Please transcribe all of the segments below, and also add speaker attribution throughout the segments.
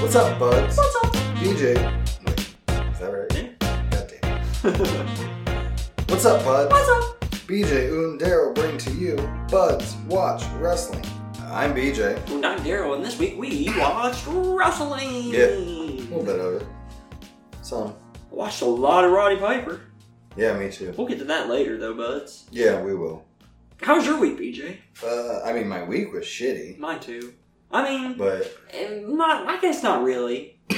Speaker 1: What's up, buds?
Speaker 2: What's up?
Speaker 1: DJ. Wait, is that right?
Speaker 2: Yeah.
Speaker 1: God damn it. What's up, buds?
Speaker 2: What's up?
Speaker 1: BJ and Daryl bring to you Buds Watch Wrestling. I'm BJ.
Speaker 2: And I'm Daryl, and this week we watched wrestling.
Speaker 1: Yeah. A little bit of it. Some.
Speaker 2: Watched a lot of Roddy Piper.
Speaker 1: Yeah, me too.
Speaker 2: We'll get to that later, though, buds.
Speaker 1: Yeah, we will.
Speaker 2: How was your week, BJ?
Speaker 1: Uh, I mean, my week was shitty,
Speaker 2: Mine too. I mean,
Speaker 1: but
Speaker 2: eh, not. I guess not really.
Speaker 1: it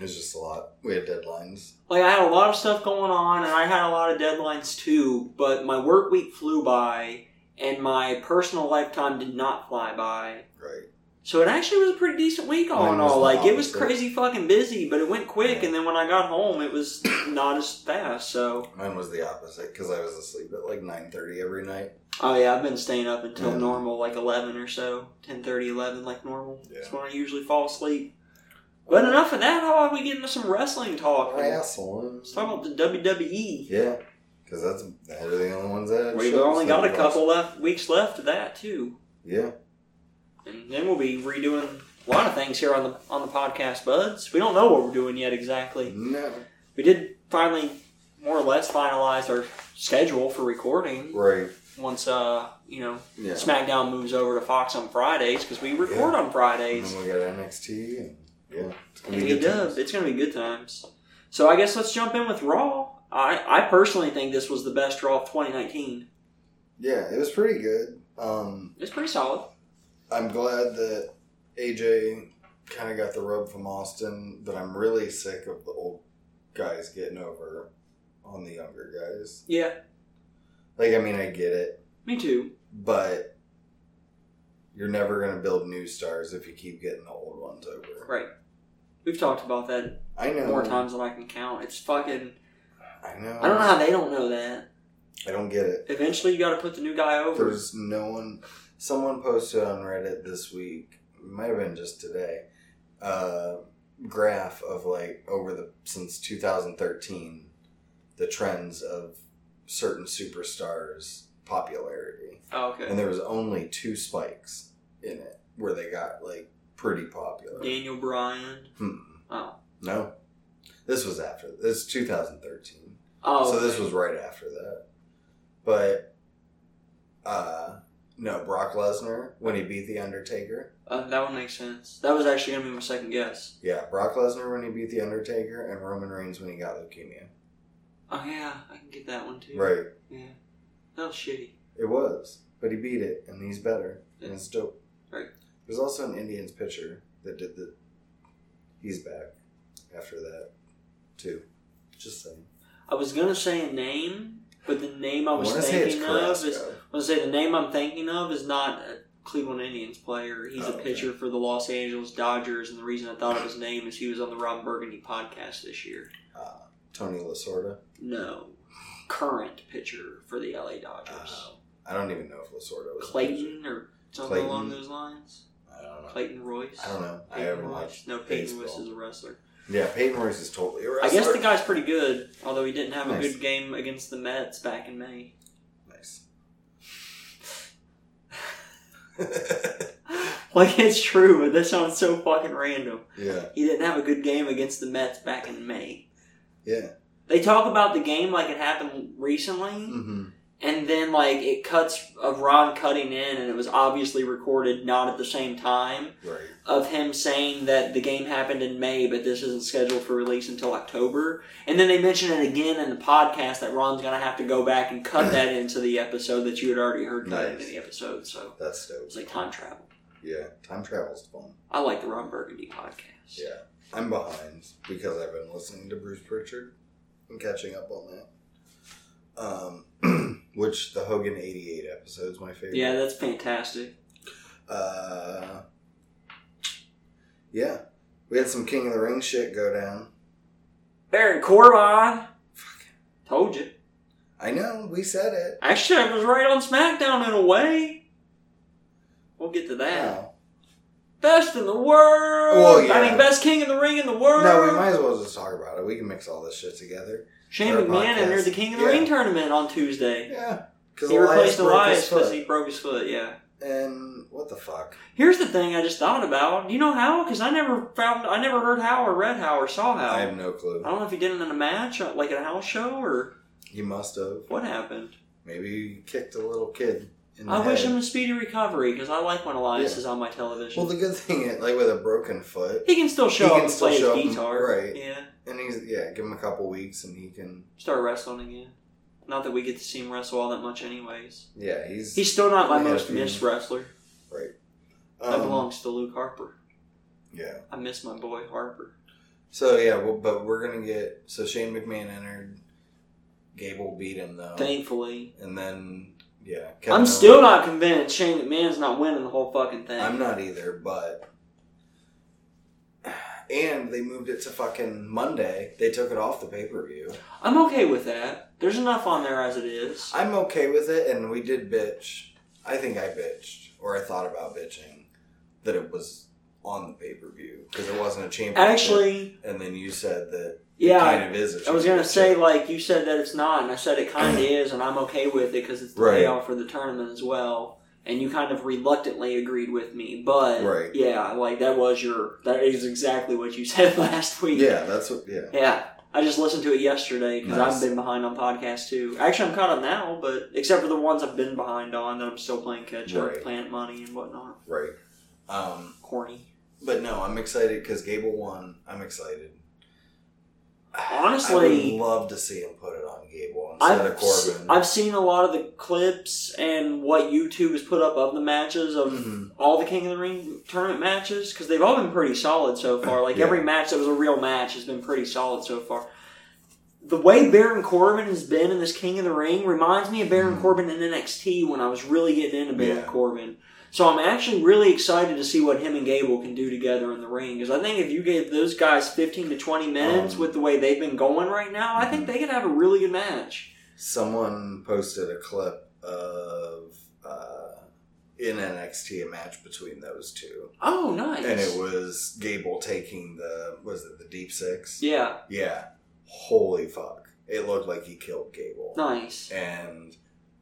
Speaker 1: was just a lot. We had deadlines.
Speaker 2: Like I had a lot of stuff going on, and I had a lot of deadlines too. But my work week flew by, and my personal lifetime did not fly by.
Speaker 1: Right.
Speaker 2: So it actually was a pretty decent week all in
Speaker 1: Mine was
Speaker 2: all.
Speaker 1: the
Speaker 2: Like it was
Speaker 1: opposite.
Speaker 2: crazy fucking busy, but it went quick.
Speaker 1: Yeah.
Speaker 2: And then when I got home, it was not as fast. So
Speaker 1: Mine was the opposite because I was asleep at like 9.30 every night.
Speaker 2: oh yeah, I've been staying up until
Speaker 1: Yeah.
Speaker 2: normal, like eleven or so, 10, 11, like normal. That's
Speaker 1: Yeah.
Speaker 2: when I usually fall asleep. But enough of that. How about we get into some wrestling talk?
Speaker 1: Oh, Asshole.
Speaker 2: Let's talk about the WWE.
Speaker 1: Yeah, because that's that are the only ones that have
Speaker 2: We've
Speaker 1: shows
Speaker 2: only
Speaker 1: that
Speaker 2: got a
Speaker 1: I've
Speaker 2: couple left weeks left of that too,
Speaker 1: watched. Yeah,
Speaker 2: and then we'll be redoing a lot of things here on the on the podcast, buds. We don't know what we're doing yet exactly.
Speaker 1: no,
Speaker 2: We did finally, more or less, finalize our schedule for recording
Speaker 1: right.
Speaker 2: once uh you know
Speaker 1: Yeah,
Speaker 2: SmackDown moves over to Fox on Fridays because we record on
Speaker 1: and
Speaker 2: Fridays.
Speaker 1: then we got NXT and yeah, it's
Speaker 2: And
Speaker 1: be
Speaker 2: it does. It's gonna be good times. So I guess let's jump in with Raw. I, I personally think this was the best Raw of 2019.
Speaker 1: Yeah, it was pretty good. Um,
Speaker 2: It's pretty solid.
Speaker 1: I'm glad that AJ kind of got the rub from Austin, but I'm really sick of the old guys getting over on the younger guys.
Speaker 2: Yeah,
Speaker 1: Like, I mean, I get it,
Speaker 2: me too.
Speaker 1: but you're never gonna build new stars if you keep getting the old ones over.
Speaker 2: Right. We've talked about that
Speaker 1: I know.
Speaker 2: more times than I can count. It's fucking.
Speaker 1: I know.
Speaker 2: I don't know how they don't know that.
Speaker 1: I don't get it.
Speaker 2: Eventually, you got to put the new guy over.
Speaker 1: There's no one. Someone posted on Reddit this week, might have been just today, uh, graph of like over the since 2013, the trends of certain superstars' popularity,
Speaker 2: Oh,
Speaker 1: and
Speaker 2: okay.
Speaker 1: there was only two spikes in it where they got like pretty popular.
Speaker 2: Daniel Bryan.
Speaker 1: Hmm.
Speaker 2: Oh.
Speaker 1: No, this was after this 2013.
Speaker 2: Oh.
Speaker 1: So this was right after that. But uh no, Brock Lesnar when he beat the Undertaker.
Speaker 2: Uh, that would make sense. That was actually gonna be my second guess.
Speaker 1: Yeah, Brock Lesnar when he beat the Undertaker and Roman Reigns when he got leukemia.
Speaker 2: Oh yeah, I can get that one too.
Speaker 1: Right.
Speaker 2: Yeah. That was shitty.
Speaker 1: It was. But he beat it and he's better. And it's dope.
Speaker 2: Right.
Speaker 1: There's also an Indians pitcher that did the he's back after that too. Just saying.
Speaker 2: I was gonna say a name, but the name I was
Speaker 1: wanna
Speaker 2: thinking Oh, of
Speaker 1: Carrasco.
Speaker 2: is. I was gonna say the name I'm thinking of is not a Cleveland Indians player. He's
Speaker 1: Oh,
Speaker 2: a
Speaker 1: okay.
Speaker 2: pitcher for the Los Angeles Dodgers, and the reason I thought of his name is he was on the Rob Burgundy podcast this year.
Speaker 1: uh, Tony Lasorda.
Speaker 2: No, current pitcher for the LA Dodgers,
Speaker 1: Oh. I don't even know if Lasorda was a pitcher.
Speaker 2: Clayton or something
Speaker 1: Clayton.
Speaker 2: along those lines.
Speaker 1: I don't know.
Speaker 2: Clayton Royce.
Speaker 1: I don't know. I
Speaker 2: Peyton
Speaker 1: haven't
Speaker 2: Royce?
Speaker 1: watched.
Speaker 2: No, Peyton Royce
Speaker 1: baseball.
Speaker 2: is a wrestler.
Speaker 1: Yeah, Peyton Royce is totally a
Speaker 2: I
Speaker 1: wrestler.
Speaker 2: guess the guy's pretty good, although he didn't have a
Speaker 1: Nice.
Speaker 2: good game against the Mets back in May.
Speaker 1: Nice.
Speaker 2: Like it's true, but that sounds so fucking random.
Speaker 1: yeah,
Speaker 2: He didn't have a good game against the Mets back in May.
Speaker 1: yeah.
Speaker 2: They talk about the game like it happened recently,
Speaker 1: Mm-hmm.
Speaker 2: and then like it cuts of Ron cutting in, and it was obviously recorded not at the same time.
Speaker 1: Right.
Speaker 2: of him saying that the game happened in May, but this isn't scheduled for release until October. And then they mention it again in the podcast that Ron's going to have to go back and cut that into the episode that you had already heard cut into
Speaker 1: Nice.
Speaker 2: the episode. So
Speaker 1: That's dope.
Speaker 2: it's like time travel.
Speaker 1: Yeah, time travel's fun.
Speaker 2: I like the Ron Burgundy podcast.
Speaker 1: Yeah, I'm behind because I've been listening to Bruce Pritchard and catching up on that. Um, which the Hogan '88 episode is my favorite.
Speaker 2: Yeah, that's fantastic.
Speaker 1: Uh, yeah, we had some King of the Ring shit go down.
Speaker 2: Baron Corbin. Told you.
Speaker 1: I know we said it.
Speaker 2: Actually, I was right on SmackDown in a way. We'll get to that.
Speaker 1: Wow.
Speaker 2: Best in the world.
Speaker 1: Well, yeah.
Speaker 2: I mean, best king in the ring in the world.
Speaker 1: No, we might as well just talk about it. We can mix all this shit together.
Speaker 2: Shane
Speaker 1: Our podcast.
Speaker 2: McMahon entered the King of the
Speaker 1: Yeah.
Speaker 2: Ring tournament on Tuesday.
Speaker 1: Yeah. Because
Speaker 2: he replaced
Speaker 1: broke his
Speaker 2: Elias because
Speaker 1: foot.
Speaker 2: he broke his foot. Yeah,
Speaker 1: and what the fuck?
Speaker 2: Here's the thing I just thought about. You know how? Because I never found, I never heard how or read how or saw how.
Speaker 1: I
Speaker 2: I,
Speaker 1: have no clue.
Speaker 2: don't know if he did it in a match, uh, like at a house show, or
Speaker 1: He must have.
Speaker 2: what happened.
Speaker 1: Maybe he kicked a little kid in the
Speaker 2: I wish
Speaker 1: head.
Speaker 2: him a speedy recovery because I like when Elias
Speaker 1: Yeah.
Speaker 2: is on my television.
Speaker 1: Well, the good thing is, like with a broken foot,
Speaker 2: he can still show
Speaker 1: He
Speaker 2: up
Speaker 1: can
Speaker 2: and
Speaker 1: still
Speaker 2: play
Speaker 1: show up
Speaker 2: his
Speaker 1: and-
Speaker 2: guitar.
Speaker 1: right.
Speaker 2: Yeah.
Speaker 1: and he's yeah, give him a couple weeks and he can.
Speaker 2: Start wrestling again. Not that we get to see him wrestle all that much, anyways.
Speaker 1: Yeah, he's
Speaker 2: He's still not my
Speaker 1: Yeah,
Speaker 2: most
Speaker 1: dude.
Speaker 2: missed wrestler. that
Speaker 1: um,
Speaker 2: belongs to Luke Harper.
Speaker 1: Yeah.
Speaker 2: I miss my boy Harper.
Speaker 1: So yeah, well, but we're gonna get so Shane McMahon entered. Gable beat him though,
Speaker 2: Thankfully,
Speaker 1: and then yeah,
Speaker 2: I'm
Speaker 1: uh, Owens-
Speaker 2: still not convinced Shane McMahon's not winning the whole fucking thing.
Speaker 1: I'm not either, but and they moved it to fucking Monday. They took it off the pay per view.
Speaker 2: I'm okay with that. There's enough on there as it is.
Speaker 1: I'm okay with it, and we did bitch. I think I bitched, or I thought about bitching that it was on the pay per view because it wasn't a championship.
Speaker 2: Actually,
Speaker 1: and then you said that it
Speaker 2: yeah,
Speaker 1: kind of is. A
Speaker 2: I was gonna say
Speaker 1: championship.
Speaker 2: like you said that it's not, and I said it kind of is, and I'm okay with it because it's the
Speaker 1: Right.
Speaker 2: payoff for the tournament as well. And you kind of reluctantly agreed with me, but
Speaker 1: Right.
Speaker 2: yeah, like that was your that is exactly what you said last week.
Speaker 1: yeah, that's what yeah.
Speaker 2: Yeah, I just listened to it yesterday because
Speaker 1: Nice.
Speaker 2: I've been behind on podcasts too. Actually, I'm caught up now, but except for the ones I've been behind on that I'm still playing catch up,
Speaker 1: Right.
Speaker 2: plant money and whatnot.
Speaker 1: Right. Um,
Speaker 2: Corny.
Speaker 1: but no, I'm excited because Gable won. I'm excited.
Speaker 2: Honestly-
Speaker 1: I would love to see him put it on Gable instead
Speaker 2: I've,
Speaker 1: of
Speaker 2: se-
Speaker 1: Corbin.
Speaker 2: I've seen a lot of the clips and what YouTube has put up of the matches of
Speaker 1: Mhm.
Speaker 2: all the King of the Ring tournament matches because they've all been pretty solid so far. Like
Speaker 1: Yeah.
Speaker 2: every match that was a real match has been pretty solid so far. The way Baron Corbin has been in this King of the Ring reminds me of Baron
Speaker 1: Mhm.
Speaker 2: Corbin in NXT when I was really getting into Baron
Speaker 1: Yeah.
Speaker 2: Corbin. So I'm actually really excited to see what him and Gable can do together in the ring because I think if you gave those guys 15 to 20 minutes
Speaker 1: Um,
Speaker 2: with the way they've been going right now, I think
Speaker 1: Mhm.
Speaker 2: they could have a really good match.
Speaker 1: Someone posted a clip of uh, in NXT a match between those two,
Speaker 2: Oh, nice.
Speaker 1: and it was Gable taking the was it the Deep Six?
Speaker 2: yeah,
Speaker 1: Yeah. Holy fuck! It looked like he killed Gable,
Speaker 2: nice.
Speaker 1: and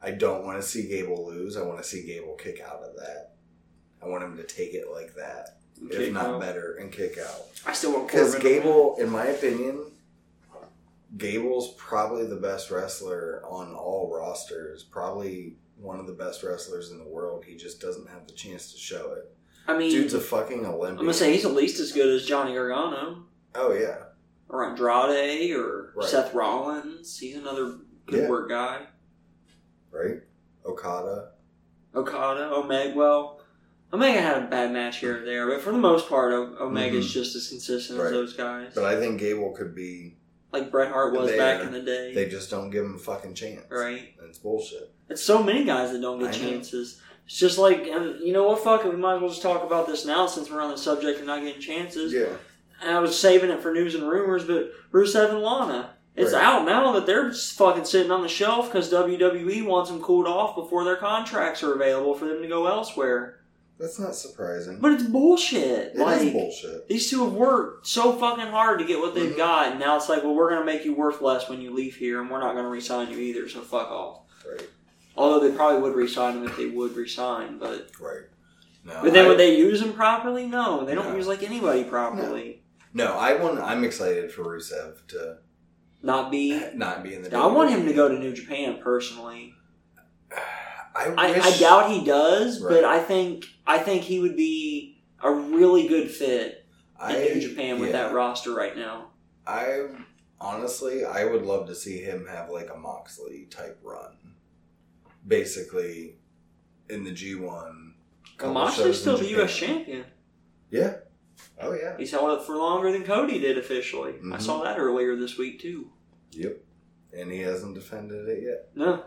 Speaker 1: I don't want to see Gable lose. I want to see Gable kick out of that. I want him to take it like that,
Speaker 2: Okay,
Speaker 1: if not
Speaker 2: well,
Speaker 1: better, and kick out.
Speaker 2: I still want
Speaker 1: Because
Speaker 2: Corbin.
Speaker 1: Gable, in my opinion, Gable's probably the best wrestler on all rosters. Probably one of the best wrestlers in the world. He just doesn't have the chance to show it.
Speaker 2: I mean,
Speaker 1: Dude's a fucking
Speaker 2: I'm
Speaker 1: Olympian.
Speaker 2: gonna Mm. say he's at least as good as Johnny Gargano
Speaker 1: Oh yeah,
Speaker 2: or Andrade or
Speaker 1: Right.
Speaker 2: Seth Rollins. He's another good
Speaker 1: Yeah.
Speaker 2: work guy.
Speaker 1: right. Okada.
Speaker 2: Okada, Omega. Well, Omega had a bad match here and there, but for the most part, o- Omega's
Speaker 1: Mhm.
Speaker 2: just as consistent as
Speaker 1: Right.
Speaker 2: those guys.
Speaker 1: But I think Gable could be.
Speaker 2: like Bret Hart was
Speaker 1: They- uh,
Speaker 2: back in the day,
Speaker 1: They just don't give him a fucking chance.
Speaker 2: right?
Speaker 1: It's bullshit.
Speaker 2: It's so many guys that don't get
Speaker 1: I know.
Speaker 2: chances. It's just like, and you know what? Fuck it. We might as well just talk about this now since we're on the subject of not getting chances.
Speaker 1: Yeah.
Speaker 2: And I was saving it for news and rumors, but Rusev and Lana. It's
Speaker 1: Right.
Speaker 2: out now that they're just fucking sitting on the shelf because WWE E wants them cooled off before their contracts are available for them to go elsewhere.
Speaker 1: That's not surprising.
Speaker 2: But it's bullshit.
Speaker 1: It is
Speaker 2: like
Speaker 1: bullshit.
Speaker 2: these two have worked so fucking hard to get what they've
Speaker 1: Mhm.
Speaker 2: got, and now it's like, well, we're gonna make you worth less when you leave here, and we're not gonna resign you either. So fuck off.
Speaker 1: Right.
Speaker 2: Although they probably would resign him if they would resign, but
Speaker 1: Right. No.
Speaker 2: but then
Speaker 1: I-
Speaker 2: would they use him properly? No, they don't
Speaker 1: No.
Speaker 2: use like anybody properly.
Speaker 1: no, I want. I'm excited for Rusev to
Speaker 2: Not be
Speaker 1: not be in the.
Speaker 2: Now, I want him to
Speaker 1: WWE.
Speaker 2: go to New Japan personally.
Speaker 1: I,
Speaker 2: I,
Speaker 1: wish,
Speaker 2: I doubt he does,
Speaker 1: Right.
Speaker 2: but I think I think he would be a really good fit in
Speaker 1: I-
Speaker 2: New Japan with
Speaker 1: yeah.
Speaker 2: that roster right now.
Speaker 1: I honestly, I would love to see him have like a Moxley type run, basically in the G one.
Speaker 2: Moxley's still the U.S. champion.
Speaker 1: Oh yeah.
Speaker 2: He's held it for longer than Cody did officially. I
Speaker 1: Mhm.
Speaker 2: saw that earlier this week too.
Speaker 1: Yep. And he hasn't defended it yet.
Speaker 2: No,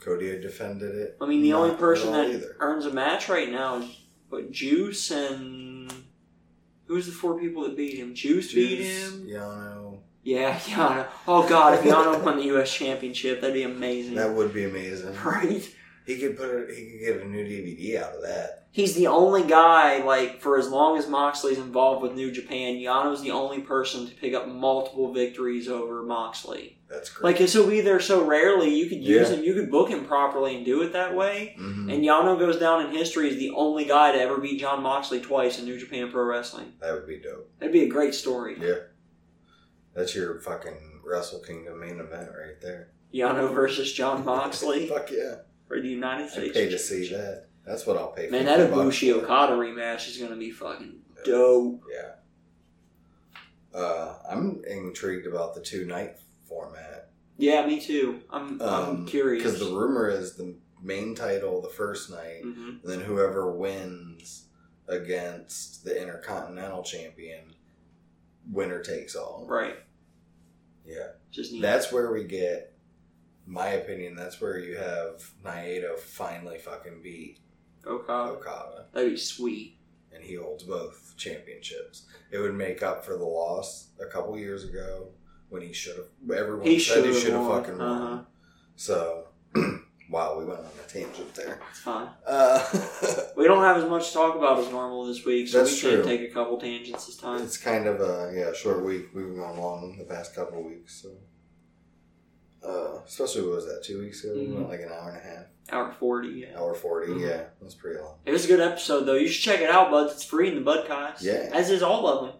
Speaker 1: Cody had defended it.
Speaker 2: I mean the
Speaker 1: Not
Speaker 2: only person
Speaker 1: at all
Speaker 2: that
Speaker 1: either.
Speaker 2: earns a match right now is but Juice and who's the four people that beat him? Juice, beat
Speaker 1: Juice,
Speaker 2: him.
Speaker 1: Yano.
Speaker 2: Yeah, Yano. Oh God, if Yano won the U.S. Championship, that'd be amazing.
Speaker 1: That would be amazing.
Speaker 2: Right?
Speaker 1: He could put a, he could get a new DVD out of that.
Speaker 2: He's the only guy, like, for as long as Moxley's involved with New Japan, Yano's the only person to pick up multiple victories over Moxley.
Speaker 1: That's great.
Speaker 2: Like, 'cause he'll be there so rarely, you could use
Speaker 1: Yeah.
Speaker 2: him, you could book him properly and do it that way.
Speaker 1: Mhm.
Speaker 2: And Yano goes down in history as the only guy to ever beat John Moxley twice in New Japan Pro Wrestling.
Speaker 1: that would be dope.
Speaker 2: That'd be a great story.
Speaker 1: Yeah, that's your fucking Wrestle Kingdom main event right there.
Speaker 2: Yano versus John Moxley
Speaker 1: Fuck yeah!
Speaker 2: for the United
Speaker 1: I'd
Speaker 2: States.
Speaker 1: pay to see that. That's what I'll pay.
Speaker 2: Man,
Speaker 1: 50
Speaker 2: that
Speaker 1: bucks
Speaker 2: Ibushi
Speaker 1: for.
Speaker 2: Okada rematch is gonna be fucking dope.
Speaker 1: Yeah. Uh, I'm intrigued about the two night format
Speaker 2: Yeah, me too. I'm I'm
Speaker 1: Um,
Speaker 2: curious.
Speaker 1: because the rumor is the main title the first night,
Speaker 2: Mhm.
Speaker 1: and then whoever wins against the Intercontinental Champion, winner takes all.
Speaker 2: right,
Speaker 1: Yeah,
Speaker 2: just need
Speaker 1: that's where we get. My opinion. That's where you have Naito finally fucking beat
Speaker 2: Okada.
Speaker 1: Okada,
Speaker 2: That'd be sweet.
Speaker 1: and he holds both championships. It would make up for the loss a couple years ago when he should have. Everyone
Speaker 2: He
Speaker 1: said he
Speaker 2: should've
Speaker 1: should have
Speaker 2: won,
Speaker 1: fucking
Speaker 2: uh-huh.
Speaker 1: won. So, wow, we went on a tangent there.
Speaker 2: It's fine.
Speaker 1: Uh,
Speaker 2: We don't have as much to talk about as normal this week, so
Speaker 1: That's
Speaker 2: we can
Speaker 1: true.
Speaker 2: take a couple tangents this time.
Speaker 1: It's kind of a yeah short week. We've been on long the past couple of weeks, so uh, especially what was that two weeks ago? We went like an hour and a half,
Speaker 2: Hour forty. Mm-hmm. Yeah.
Speaker 1: hour 40
Speaker 2: Mhm.
Speaker 1: Yeah, that's pretty long.
Speaker 2: It was a good episode though. You should check it out, bud. It's free in the Budcast.
Speaker 1: Yeah.
Speaker 2: As is all of them.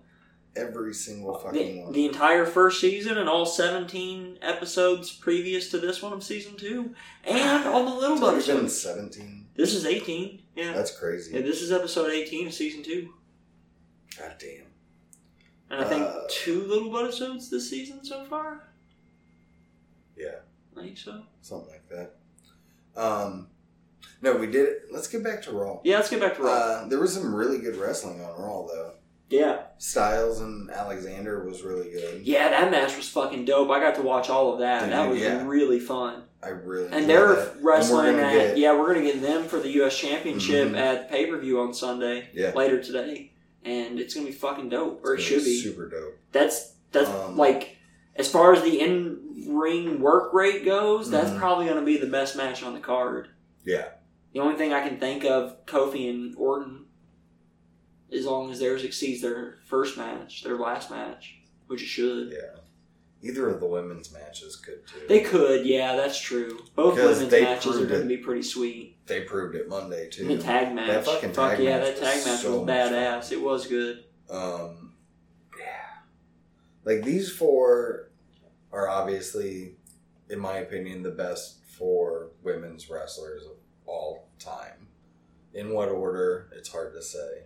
Speaker 1: Every single fucking
Speaker 2: Oh, the,
Speaker 1: one.
Speaker 2: the entire first season and all 17 episodes previous to this one of season two and all the little
Speaker 1: It's
Speaker 2: bug
Speaker 1: already been
Speaker 2: episodes
Speaker 1: seventeen.
Speaker 2: this is 18 yeah.
Speaker 1: That's
Speaker 2: yeah
Speaker 1: crazy.
Speaker 2: this is episode 18 of season two
Speaker 1: God damn.
Speaker 2: and i think
Speaker 1: Uh,
Speaker 2: two little bug episodes this season so far
Speaker 1: Yeah,
Speaker 2: i think so
Speaker 1: something like that. Um, no, we did it. Let's get back to Raw.
Speaker 2: yeah let's get back to raw
Speaker 1: Uh, there was some really good wrestling on Raw though.
Speaker 2: yeah
Speaker 1: Styles and Alexander was really good.
Speaker 2: yeah that match was fucking dope i got to watch all of that
Speaker 1: Dude,
Speaker 2: that was
Speaker 1: yeah.
Speaker 2: really fun
Speaker 1: I really
Speaker 2: and
Speaker 1: enjoyed
Speaker 2: they're
Speaker 1: that. And we're
Speaker 2: wrestling
Speaker 1: gonna
Speaker 2: at
Speaker 1: get-
Speaker 2: yeah we're gonna get them for the us championship
Speaker 1: Mhm.
Speaker 2: at pay-per-view on sunday
Speaker 1: yeah.
Speaker 2: later today and it's gonna be fucking dope or it
Speaker 1: It's
Speaker 2: should be
Speaker 1: super dope.
Speaker 2: That's that's
Speaker 1: Um,
Speaker 2: like as far as the in ring work rate goes, that's
Speaker 1: Mhm.
Speaker 2: probably going to be the best match on the card.
Speaker 1: Yeah,
Speaker 2: The only thing I can think of, Kofi and Orton, as long as theirs exceeds their first match, their last match, which it should.
Speaker 1: yeah. Either of the women's matches could too.
Speaker 2: They could, yeah, that's true. Both
Speaker 1: 'Cause
Speaker 2: women's
Speaker 1: they
Speaker 2: matches are
Speaker 1: proved
Speaker 2: going to
Speaker 1: it.
Speaker 2: be pretty sweet.
Speaker 1: They proved it Monday
Speaker 2: And the
Speaker 1: too.
Speaker 2: tag match,
Speaker 1: fucking
Speaker 2: fuck
Speaker 1: tag
Speaker 2: yeah,
Speaker 1: match
Speaker 2: that tag
Speaker 1: was
Speaker 2: match
Speaker 1: so
Speaker 2: was
Speaker 1: much fun.
Speaker 2: badass. It was good.
Speaker 1: Um, yeah, like these four are obviously, in my opinion, the best four women's wrestlers of all time. In what order? It's hard to say.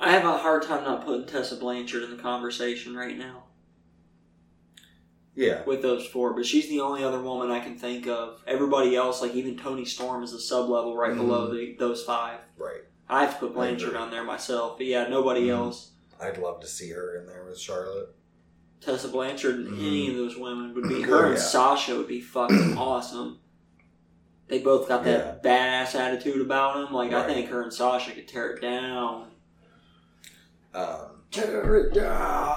Speaker 2: I have a hard time not putting Tessa Blanchard in the conversation right now.
Speaker 1: Yeah,
Speaker 2: with those four, but she's the only other woman I can think of. Everybody else, like even Tony Storm, is a sub level right
Speaker 1: Mhm.
Speaker 2: below the, those five.
Speaker 1: right.
Speaker 2: I have to put Blanchard
Speaker 1: agree.
Speaker 2: on there myself, but yeah, nobody
Speaker 1: Mhm.
Speaker 2: else.
Speaker 1: I'd love to see her in there with Charlotte.
Speaker 2: Tessa Blanchard and any
Speaker 1: Mhm.
Speaker 2: of those women would be
Speaker 1: Oh,
Speaker 2: her and
Speaker 1: yeah.
Speaker 2: Sasha would be fucking awesome. They both got that badass attitude about them. Like I
Speaker 1: Right.
Speaker 2: think her and Sasha could tear it down.
Speaker 1: Um, tear it down.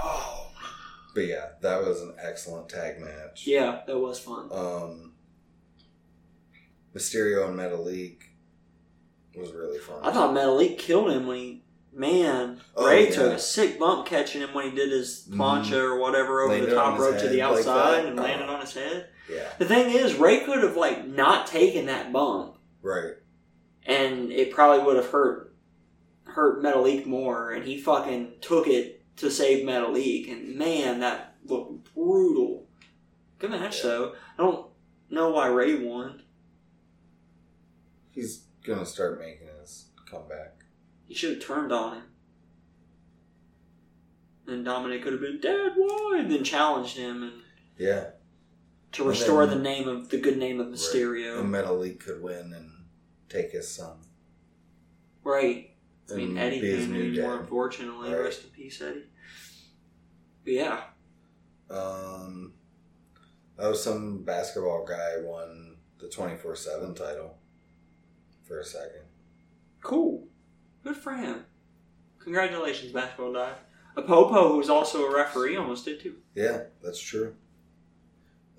Speaker 1: But yeah, that was an excellent tag match.
Speaker 2: Yeah, that was fun.
Speaker 1: Um, Mysterio and Metalik was really fun.
Speaker 2: I thought Metalik killed him when he. Man,
Speaker 1: Oh,
Speaker 2: Ray
Speaker 1: yeah.
Speaker 2: took a sick bump catching him when he did his
Speaker 1: Mhm.
Speaker 2: plancha or whatever over
Speaker 1: Landed
Speaker 2: the
Speaker 1: on
Speaker 2: top
Speaker 1: his
Speaker 2: rope to the
Speaker 1: head like that.
Speaker 2: outside and landed
Speaker 1: Oh.
Speaker 2: on his head.
Speaker 1: Yeah,
Speaker 2: The thing is, Ray could have like not taken that bump,
Speaker 1: right.
Speaker 2: and it probably would have hurt hurt Metalik more. And he fucking took it to save Metalik, and man, that looked brutal. Good match
Speaker 1: Yeah.
Speaker 2: though. I don't know why Ray won.
Speaker 1: He's gonna start making his comeback.
Speaker 2: He should have turned on him. And Dominic could have been dead. Why? And then challenged him and.
Speaker 1: Yeah,
Speaker 2: to
Speaker 1: And
Speaker 2: restore
Speaker 1: then-
Speaker 2: the name of the good name of Mysterio.
Speaker 1: and Metalik could win and take his son.
Speaker 2: Right. I mean,
Speaker 1: and
Speaker 2: Eddie
Speaker 1: be his
Speaker 2: couldn't
Speaker 1: new
Speaker 2: anymore,
Speaker 1: dad.
Speaker 2: unfortunately.
Speaker 1: Right.
Speaker 2: Rest in peace, Eddie. But yeah.
Speaker 1: Um, oh, some basketball guy won the twenty four seven title for a second.
Speaker 2: Cool. Good for him. Congratulations, basketball guy. A Popo, who's also a referee, almost did too.
Speaker 1: Yeah, that's true.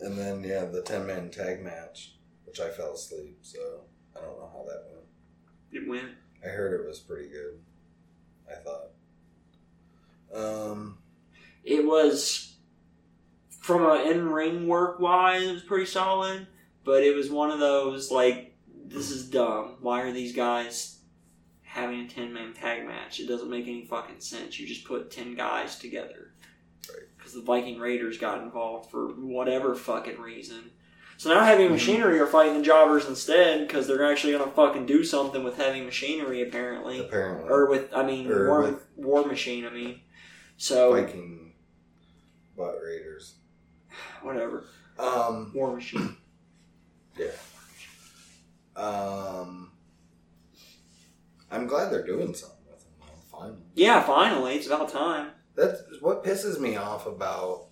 Speaker 1: And then yeah, the ten man tag match. which I fell asleep, so I don't know how that went.
Speaker 2: It went.
Speaker 1: I heard it was pretty good. I thought. Um,
Speaker 2: It was from a in ring work wise, it was pretty solid, but it was one of those like this is dumb. Why are these guys having a ten man tag match? It doesn't make any fucking sense. You just put ten guys together. Because the Viking Raiders got involved for whatever fucking reason. So now Heavy
Speaker 1: Mhm.
Speaker 2: Machinery are fighting the Jobbers instead because they're actually going to fucking do something with Heavy Machinery apparently.
Speaker 1: apparently,
Speaker 2: or with I mean
Speaker 1: Or
Speaker 2: War
Speaker 1: with-
Speaker 2: War Machine. I mean, so
Speaker 1: Viking butt raiders.
Speaker 2: whatever
Speaker 1: Um,
Speaker 2: War Machine.
Speaker 1: um, I'm glad they're doing something with them. though, Finally,
Speaker 2: yeah, finally, it's about time.
Speaker 1: that's what pisses me off about.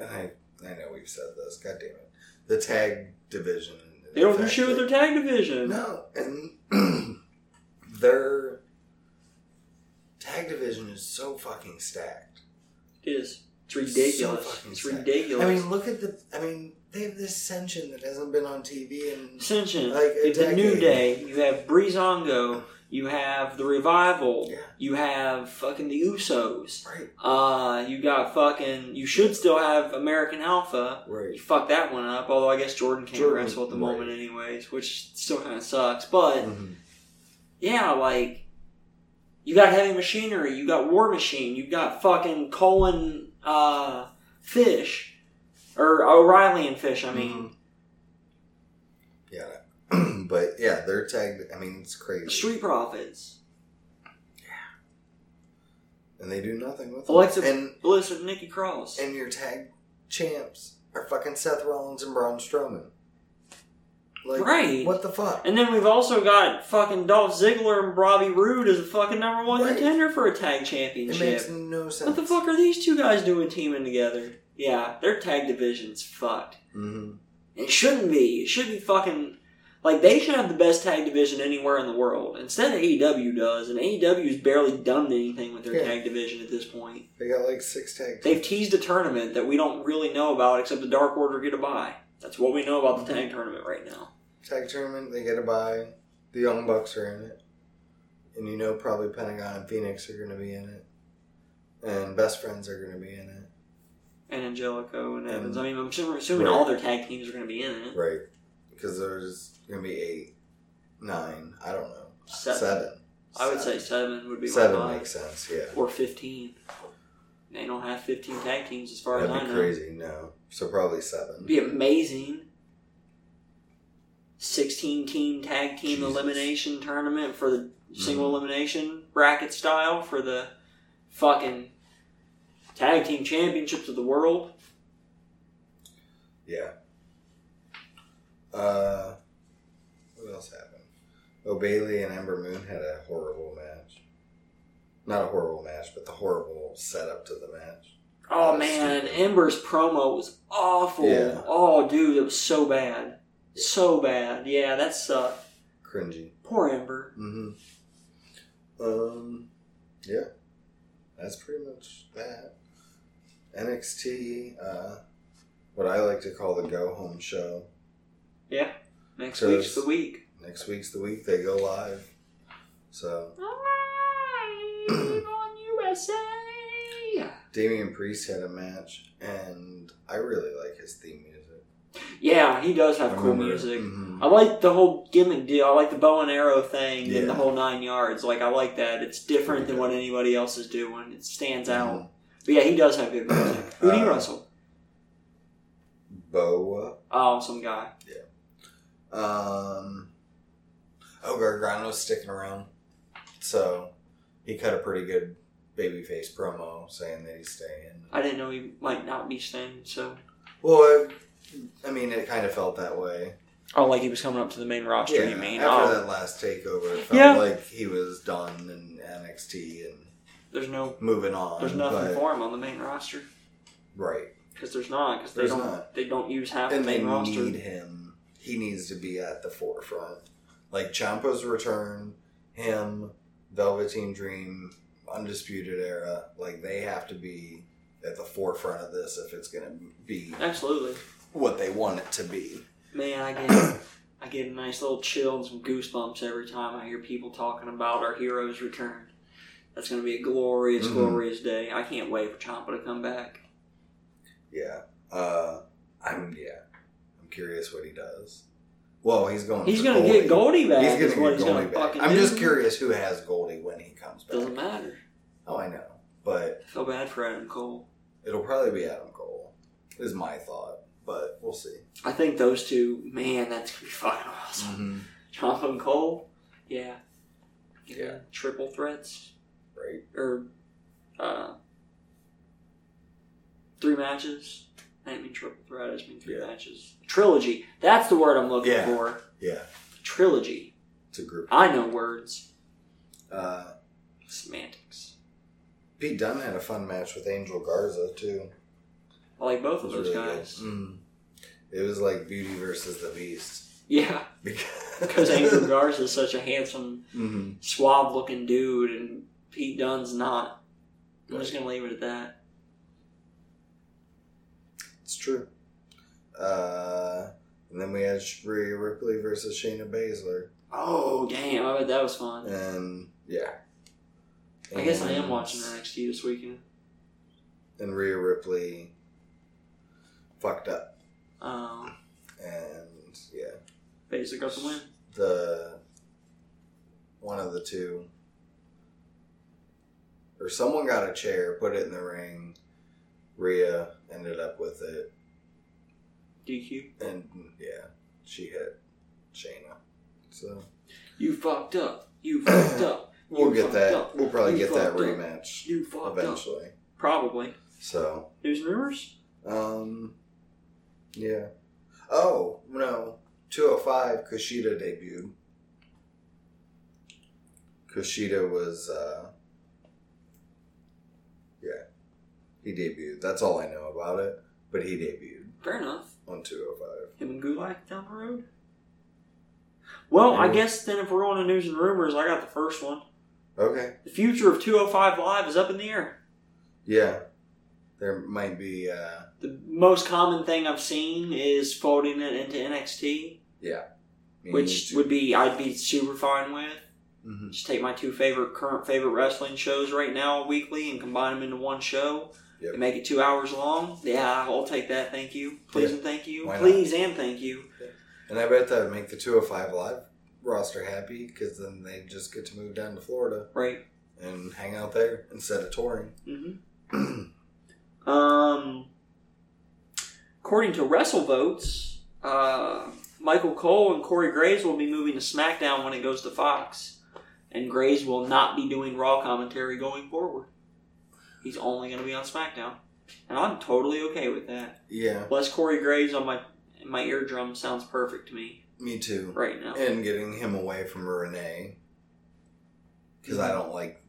Speaker 1: And I, I know we've said this. God damn it, the tag division.
Speaker 2: They don't
Speaker 1: The
Speaker 2: do
Speaker 1: fact
Speaker 2: shit with
Speaker 1: that-
Speaker 2: their tag division.
Speaker 1: No, and their tag division is so fucking stacked.
Speaker 2: It is. It's ridiculous.
Speaker 1: So fucking
Speaker 2: it's
Speaker 1: sad.
Speaker 2: ridiculous.
Speaker 1: I mean, look at the. I mean, they have this Ascension that hasn't been on TV and
Speaker 2: Ascension.
Speaker 1: like
Speaker 2: you
Speaker 1: a
Speaker 2: have the New
Speaker 1: decade.
Speaker 2: Day. You have Breezango. You have the Revival.
Speaker 1: Yeah,
Speaker 2: You have fucking the Usos.
Speaker 1: right,
Speaker 2: Uh, you got fucking. You should still have American Alpha.
Speaker 1: right.
Speaker 2: You fucked that one up. Although I guess Jordan can't
Speaker 1: Jordan,
Speaker 2: wrestle at the
Speaker 1: right.
Speaker 2: moment, anyways, which still kind of sucks. But
Speaker 1: Mhm.
Speaker 2: yeah, like you got heavy machinery, you got war machine, you got fucking Colin uh, Fish or O'Reilly and Fish. I mean,
Speaker 1: Mm. Mm-hmm. Yeah, but yeah, their tag. I mean, it's crazy,
Speaker 2: Street Profits,
Speaker 1: and they do nothing with
Speaker 2: Alexa-
Speaker 1: it. And
Speaker 2: Bliss and Nikki Cross.
Speaker 1: and your tag champs are fucking Seth Rollins and Braun Strowman. Like,
Speaker 2: Right.
Speaker 1: What the fuck?
Speaker 2: and then we've also got fucking Dolph Ziggler and Robbie Roode as a fucking number one
Speaker 1: Right.
Speaker 2: contender for a tag
Speaker 1: It makes
Speaker 2: championship.
Speaker 1: no sense.
Speaker 2: What the fuck are these two guys doing teaming together? Yeah, their tag division's fucked.
Speaker 1: Mhm.
Speaker 2: It shouldn't be. It should be fucking like they should have the best tag division anywhere in the world. Instead, AEW does, and AEW's barely done anything with their
Speaker 1: Yeah.
Speaker 2: tag division at this point.
Speaker 1: They got like six tag.
Speaker 2: They've teased a tournament that we don't really know about, except the Dark Order get a bye. That's what we know about the tag tournament right now.
Speaker 1: tag tournament. They get a buy. The Young Bucks are in it, and you know probably Pentagon and Phoenix are going to be in it, and Best Friends are going to be in it.
Speaker 2: And Angelico and Evans.
Speaker 1: Mm.
Speaker 2: I mean, I'm assuming, assuming
Speaker 1: Right.
Speaker 2: all their tag teams are going to be in it.
Speaker 1: Right. Because there's going to be eight, nine. I don't know.
Speaker 2: Seven.
Speaker 1: Seven.
Speaker 2: I would say seven would be my
Speaker 1: seven
Speaker 2: bye.
Speaker 1: makes sense. Yeah.
Speaker 2: or fifteen. They don't have fifteen tag teams as far as I
Speaker 1: That'd be
Speaker 2: know.
Speaker 1: crazy. No. So probably seven.
Speaker 2: It'd be amazing. 16 team tag team
Speaker 1: Jesus.
Speaker 2: elimination tournament for the single
Speaker 1: Mhm.
Speaker 2: elimination bracket style for the fucking tag team championships of the world.
Speaker 1: Yeah. Uh, what else happened? Oh, Bailey and Ember Moon had a horrible match. Not a horrible match, but the horrible setup to the match.
Speaker 2: Oh
Speaker 1: That's
Speaker 2: man,
Speaker 1: stupid.
Speaker 2: Ember's promo was awful.
Speaker 1: Yeah.
Speaker 2: Oh dude, it was so bad. So bad. Yeah, that sucked.
Speaker 1: Cringy.
Speaker 2: Poor Ember.
Speaker 1: Mm-hmm. Um, yeah. That's pretty much that. NXT, uh, what I like to call the go home show.
Speaker 2: Next
Speaker 1: So
Speaker 2: week's
Speaker 1: it's-
Speaker 2: the week.
Speaker 1: Next week's the week they go live. So,
Speaker 2: Live on USA.
Speaker 1: Damian Priest had a match, and I really like his theme music.
Speaker 2: Yeah, he does
Speaker 1: I
Speaker 2: have cool
Speaker 1: remember-
Speaker 2: music.
Speaker 1: Mhm.
Speaker 2: I like the whole gimmick deal. I like the bow and arrow thing and the
Speaker 1: Yeah.
Speaker 2: whole nine yards. Like I like that. It's different than what anybody else is doing. It stands out.
Speaker 1: Mhm.
Speaker 2: But yeah, he does have good music. Who do you
Speaker 1: Uh,
Speaker 2: wrestle?
Speaker 1: Mm-hmm. Boa.
Speaker 2: Oh, some guy.
Speaker 1: Um, oh, Gargano's sticking around. So he cut a pretty good babyface promo saying that he's staying.
Speaker 2: I didn't know he might not be staying. So
Speaker 1: Well, I, I mean, it kind of felt that way.
Speaker 2: oh, like he was coming up to the main roster. you mean?
Speaker 1: After
Speaker 2: Oh,
Speaker 1: that last takeover, it felt
Speaker 2: Yeah.
Speaker 1: like he was done in NXT and
Speaker 2: there's no,
Speaker 1: moving on.
Speaker 2: there's nothing
Speaker 1: but-
Speaker 2: for him on the main roster
Speaker 1: Right.
Speaker 2: because there's not because they
Speaker 1: There's
Speaker 2: don't
Speaker 1: not.
Speaker 2: they don't use half
Speaker 1: and
Speaker 2: the
Speaker 1: they
Speaker 2: main roster.
Speaker 1: need him. He needs to be at the forefront. Like Champa's return, him, Velveteen Dream, Undisputed Era. Like they have to be at the forefront of this if it's going to be
Speaker 2: Absolutely.
Speaker 1: what they want it to be.
Speaker 2: Man, I get I get a nice little chill and some goosebumps every time I hear people talking about our heroes return. That's going to be a glorious,
Speaker 1: Mhm.
Speaker 2: glorious day. I can't wait for Champa to come back.
Speaker 1: Yeah. Uh, I'm yeah. I'm curious what he does. Well, he's going.
Speaker 2: He's
Speaker 1: for
Speaker 2: going to get Goldie back.
Speaker 1: He's
Speaker 2: is
Speaker 1: going to
Speaker 2: what he's
Speaker 1: get
Speaker 2: going
Speaker 1: Goldie
Speaker 2: to
Speaker 1: back.
Speaker 2: fucking
Speaker 1: I'm
Speaker 2: do.
Speaker 1: just curious who has Goldie when he comes back.
Speaker 2: Doesn't matter.
Speaker 1: Oh, I know, but
Speaker 2: I feel bad for Adam Cole.
Speaker 1: it'll probably be Adam Cole. Is my thought, but we'll see.
Speaker 2: I think those two, man, that's going to be fucking awesome. Champa and Cole, yeah.
Speaker 1: Yeah.
Speaker 2: Triple threats.
Speaker 1: Right.
Speaker 2: Or uh, three matches. I didn't mean triple threat, I just mean three
Speaker 1: Yeah.
Speaker 2: matches. Trilogy. That's the word I'm looking
Speaker 1: Yeah.
Speaker 2: for.
Speaker 1: Yeah,
Speaker 2: Trilogy.
Speaker 1: it's a group.
Speaker 2: I know words.
Speaker 1: Uh,
Speaker 2: Semantics.
Speaker 1: Pete Dunne had a fun match with Angel Garza too.
Speaker 2: I like both of
Speaker 1: It was
Speaker 2: those
Speaker 1: really good.
Speaker 2: guys.
Speaker 1: Mm. It was like Beauty versus the Beast
Speaker 2: Yeah, because Andrew Garza is such a handsome,
Speaker 1: Mhm.
Speaker 2: suave looking dude, and Pete Dunne's not. I'm just going to leave it at that.
Speaker 1: It's true. Uh, and then we had Rhea Ripley versus Shayna Baszler,
Speaker 2: Oh, damn. I bet that was fun.
Speaker 1: and yeah.
Speaker 2: I guess I am
Speaker 1: And-
Speaker 2: watching NXT this weekend.
Speaker 1: And Rhea Ripley fucked up,
Speaker 2: Um,
Speaker 1: and yeah,
Speaker 2: basically got the win.
Speaker 1: the one of the two or someone got a chair, put it in the ring. Rhea ended up with it,
Speaker 2: DQ.
Speaker 1: and yeah, she hit Shayna. So
Speaker 2: You fucked up. You fucked up.
Speaker 1: we'll
Speaker 2: You
Speaker 1: get
Speaker 2: fucked
Speaker 1: that.
Speaker 2: up.
Speaker 1: We'll probably
Speaker 2: You
Speaker 1: get that
Speaker 2: fucked up.
Speaker 1: rematch
Speaker 2: You fucked up.
Speaker 1: eventually.
Speaker 2: Probably.
Speaker 1: So,
Speaker 2: News and rumors?
Speaker 1: um, yeah. Oh no, two hundred five. Kushida debuted. Kushida was, uh, yeah, he debuted. That's all I know about it. But he debuted
Speaker 2: Fair enough.
Speaker 1: on two hundred five.
Speaker 2: Him and Gulak down the road. Well, I
Speaker 1: Maybe.
Speaker 2: guess then if we're on to news and rumors, I got the first one.
Speaker 1: Okay,
Speaker 2: The future of 205 Live is up in the air.
Speaker 1: yeah. There might be, uh,
Speaker 2: The most common thing I've seen is folding it into NXT,
Speaker 1: me
Speaker 2: which
Speaker 1: too.
Speaker 2: would be I'd be super fine with.
Speaker 1: Mhm.
Speaker 2: Just take my two favorite current favorite wrestling shows right now weekly and combine them into one show
Speaker 1: Yep.
Speaker 2: and make it two hours long. Yeah, I'll take that. Thank you, please and thank you,
Speaker 1: Why not?
Speaker 2: please and thank you.
Speaker 1: and I bet that would make the two hundred five live roster happy because then they just get to move down to Florida.
Speaker 2: Right.
Speaker 1: and hang out there instead of touring.
Speaker 2: Mm-hmm. Um, according to WrestleVotes, uh, Michael Cole and Corey Graves will be moving to SmackDown when it goes to Fox, and Graves will not be doing Raw commentary going forward. He's only going to be on SmackDown, and I'm totally okay with that.
Speaker 1: yeah,
Speaker 2: Less Corey Graves on my my eardrum sounds perfect to me
Speaker 1: me too.
Speaker 2: right now.
Speaker 1: And getting him away from Renee because I don't like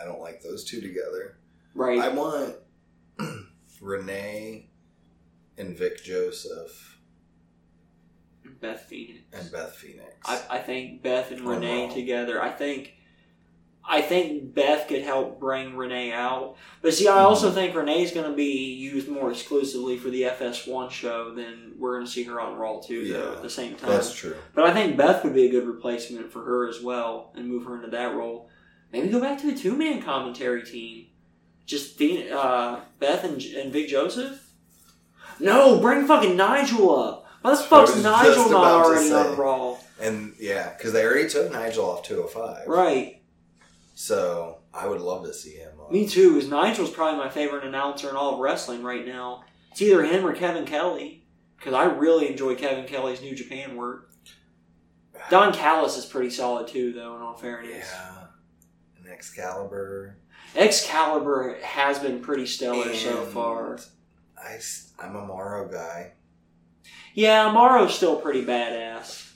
Speaker 1: I don't like those two together.
Speaker 2: Right.
Speaker 1: I want Renee and Vic Joseph
Speaker 2: Beth Phoenix.
Speaker 1: and Beth Phoenix.
Speaker 2: I, I think Beth and
Speaker 1: Or
Speaker 2: Renee
Speaker 1: Raw.
Speaker 2: together. I think I think Beth could help bring Renee out. But see, I
Speaker 1: Mhm.
Speaker 2: also think Renee's going to be used more exclusively for the FS1 show than we're going to see her on Raw too. Though,
Speaker 1: Yeah,
Speaker 2: at the same time,
Speaker 1: That's true.
Speaker 2: but I think Beth would be a good replacement for her as well, and move her into that role. Maybe go back to a two man commentary team. Just Phoen- uh, Beth and, and Big Joseph. No, bring fucking Nigel up. Why the fuck's
Speaker 1: was
Speaker 2: Nigel
Speaker 1: just
Speaker 2: not
Speaker 1: about to
Speaker 2: already on
Speaker 1: say.
Speaker 2: Raw?
Speaker 1: And yeah, because they already took Nigel off 205.
Speaker 2: Right.
Speaker 1: So I would love to see him. On.
Speaker 2: Me too. Is Nigel's probably my favorite announcer in all of wrestling right now. It's either him or Kevin Kelly because I really enjoy Kevin Kelly's New Japan work. Don Callis is pretty solid too, though. In all fairness.
Speaker 1: Yeah. And Excalibur.
Speaker 2: Excalibur has been pretty stellar so
Speaker 1: And
Speaker 2: far.
Speaker 1: I, s- I'm a Morrow guy.
Speaker 2: Yeah, Amaro's still pretty badass.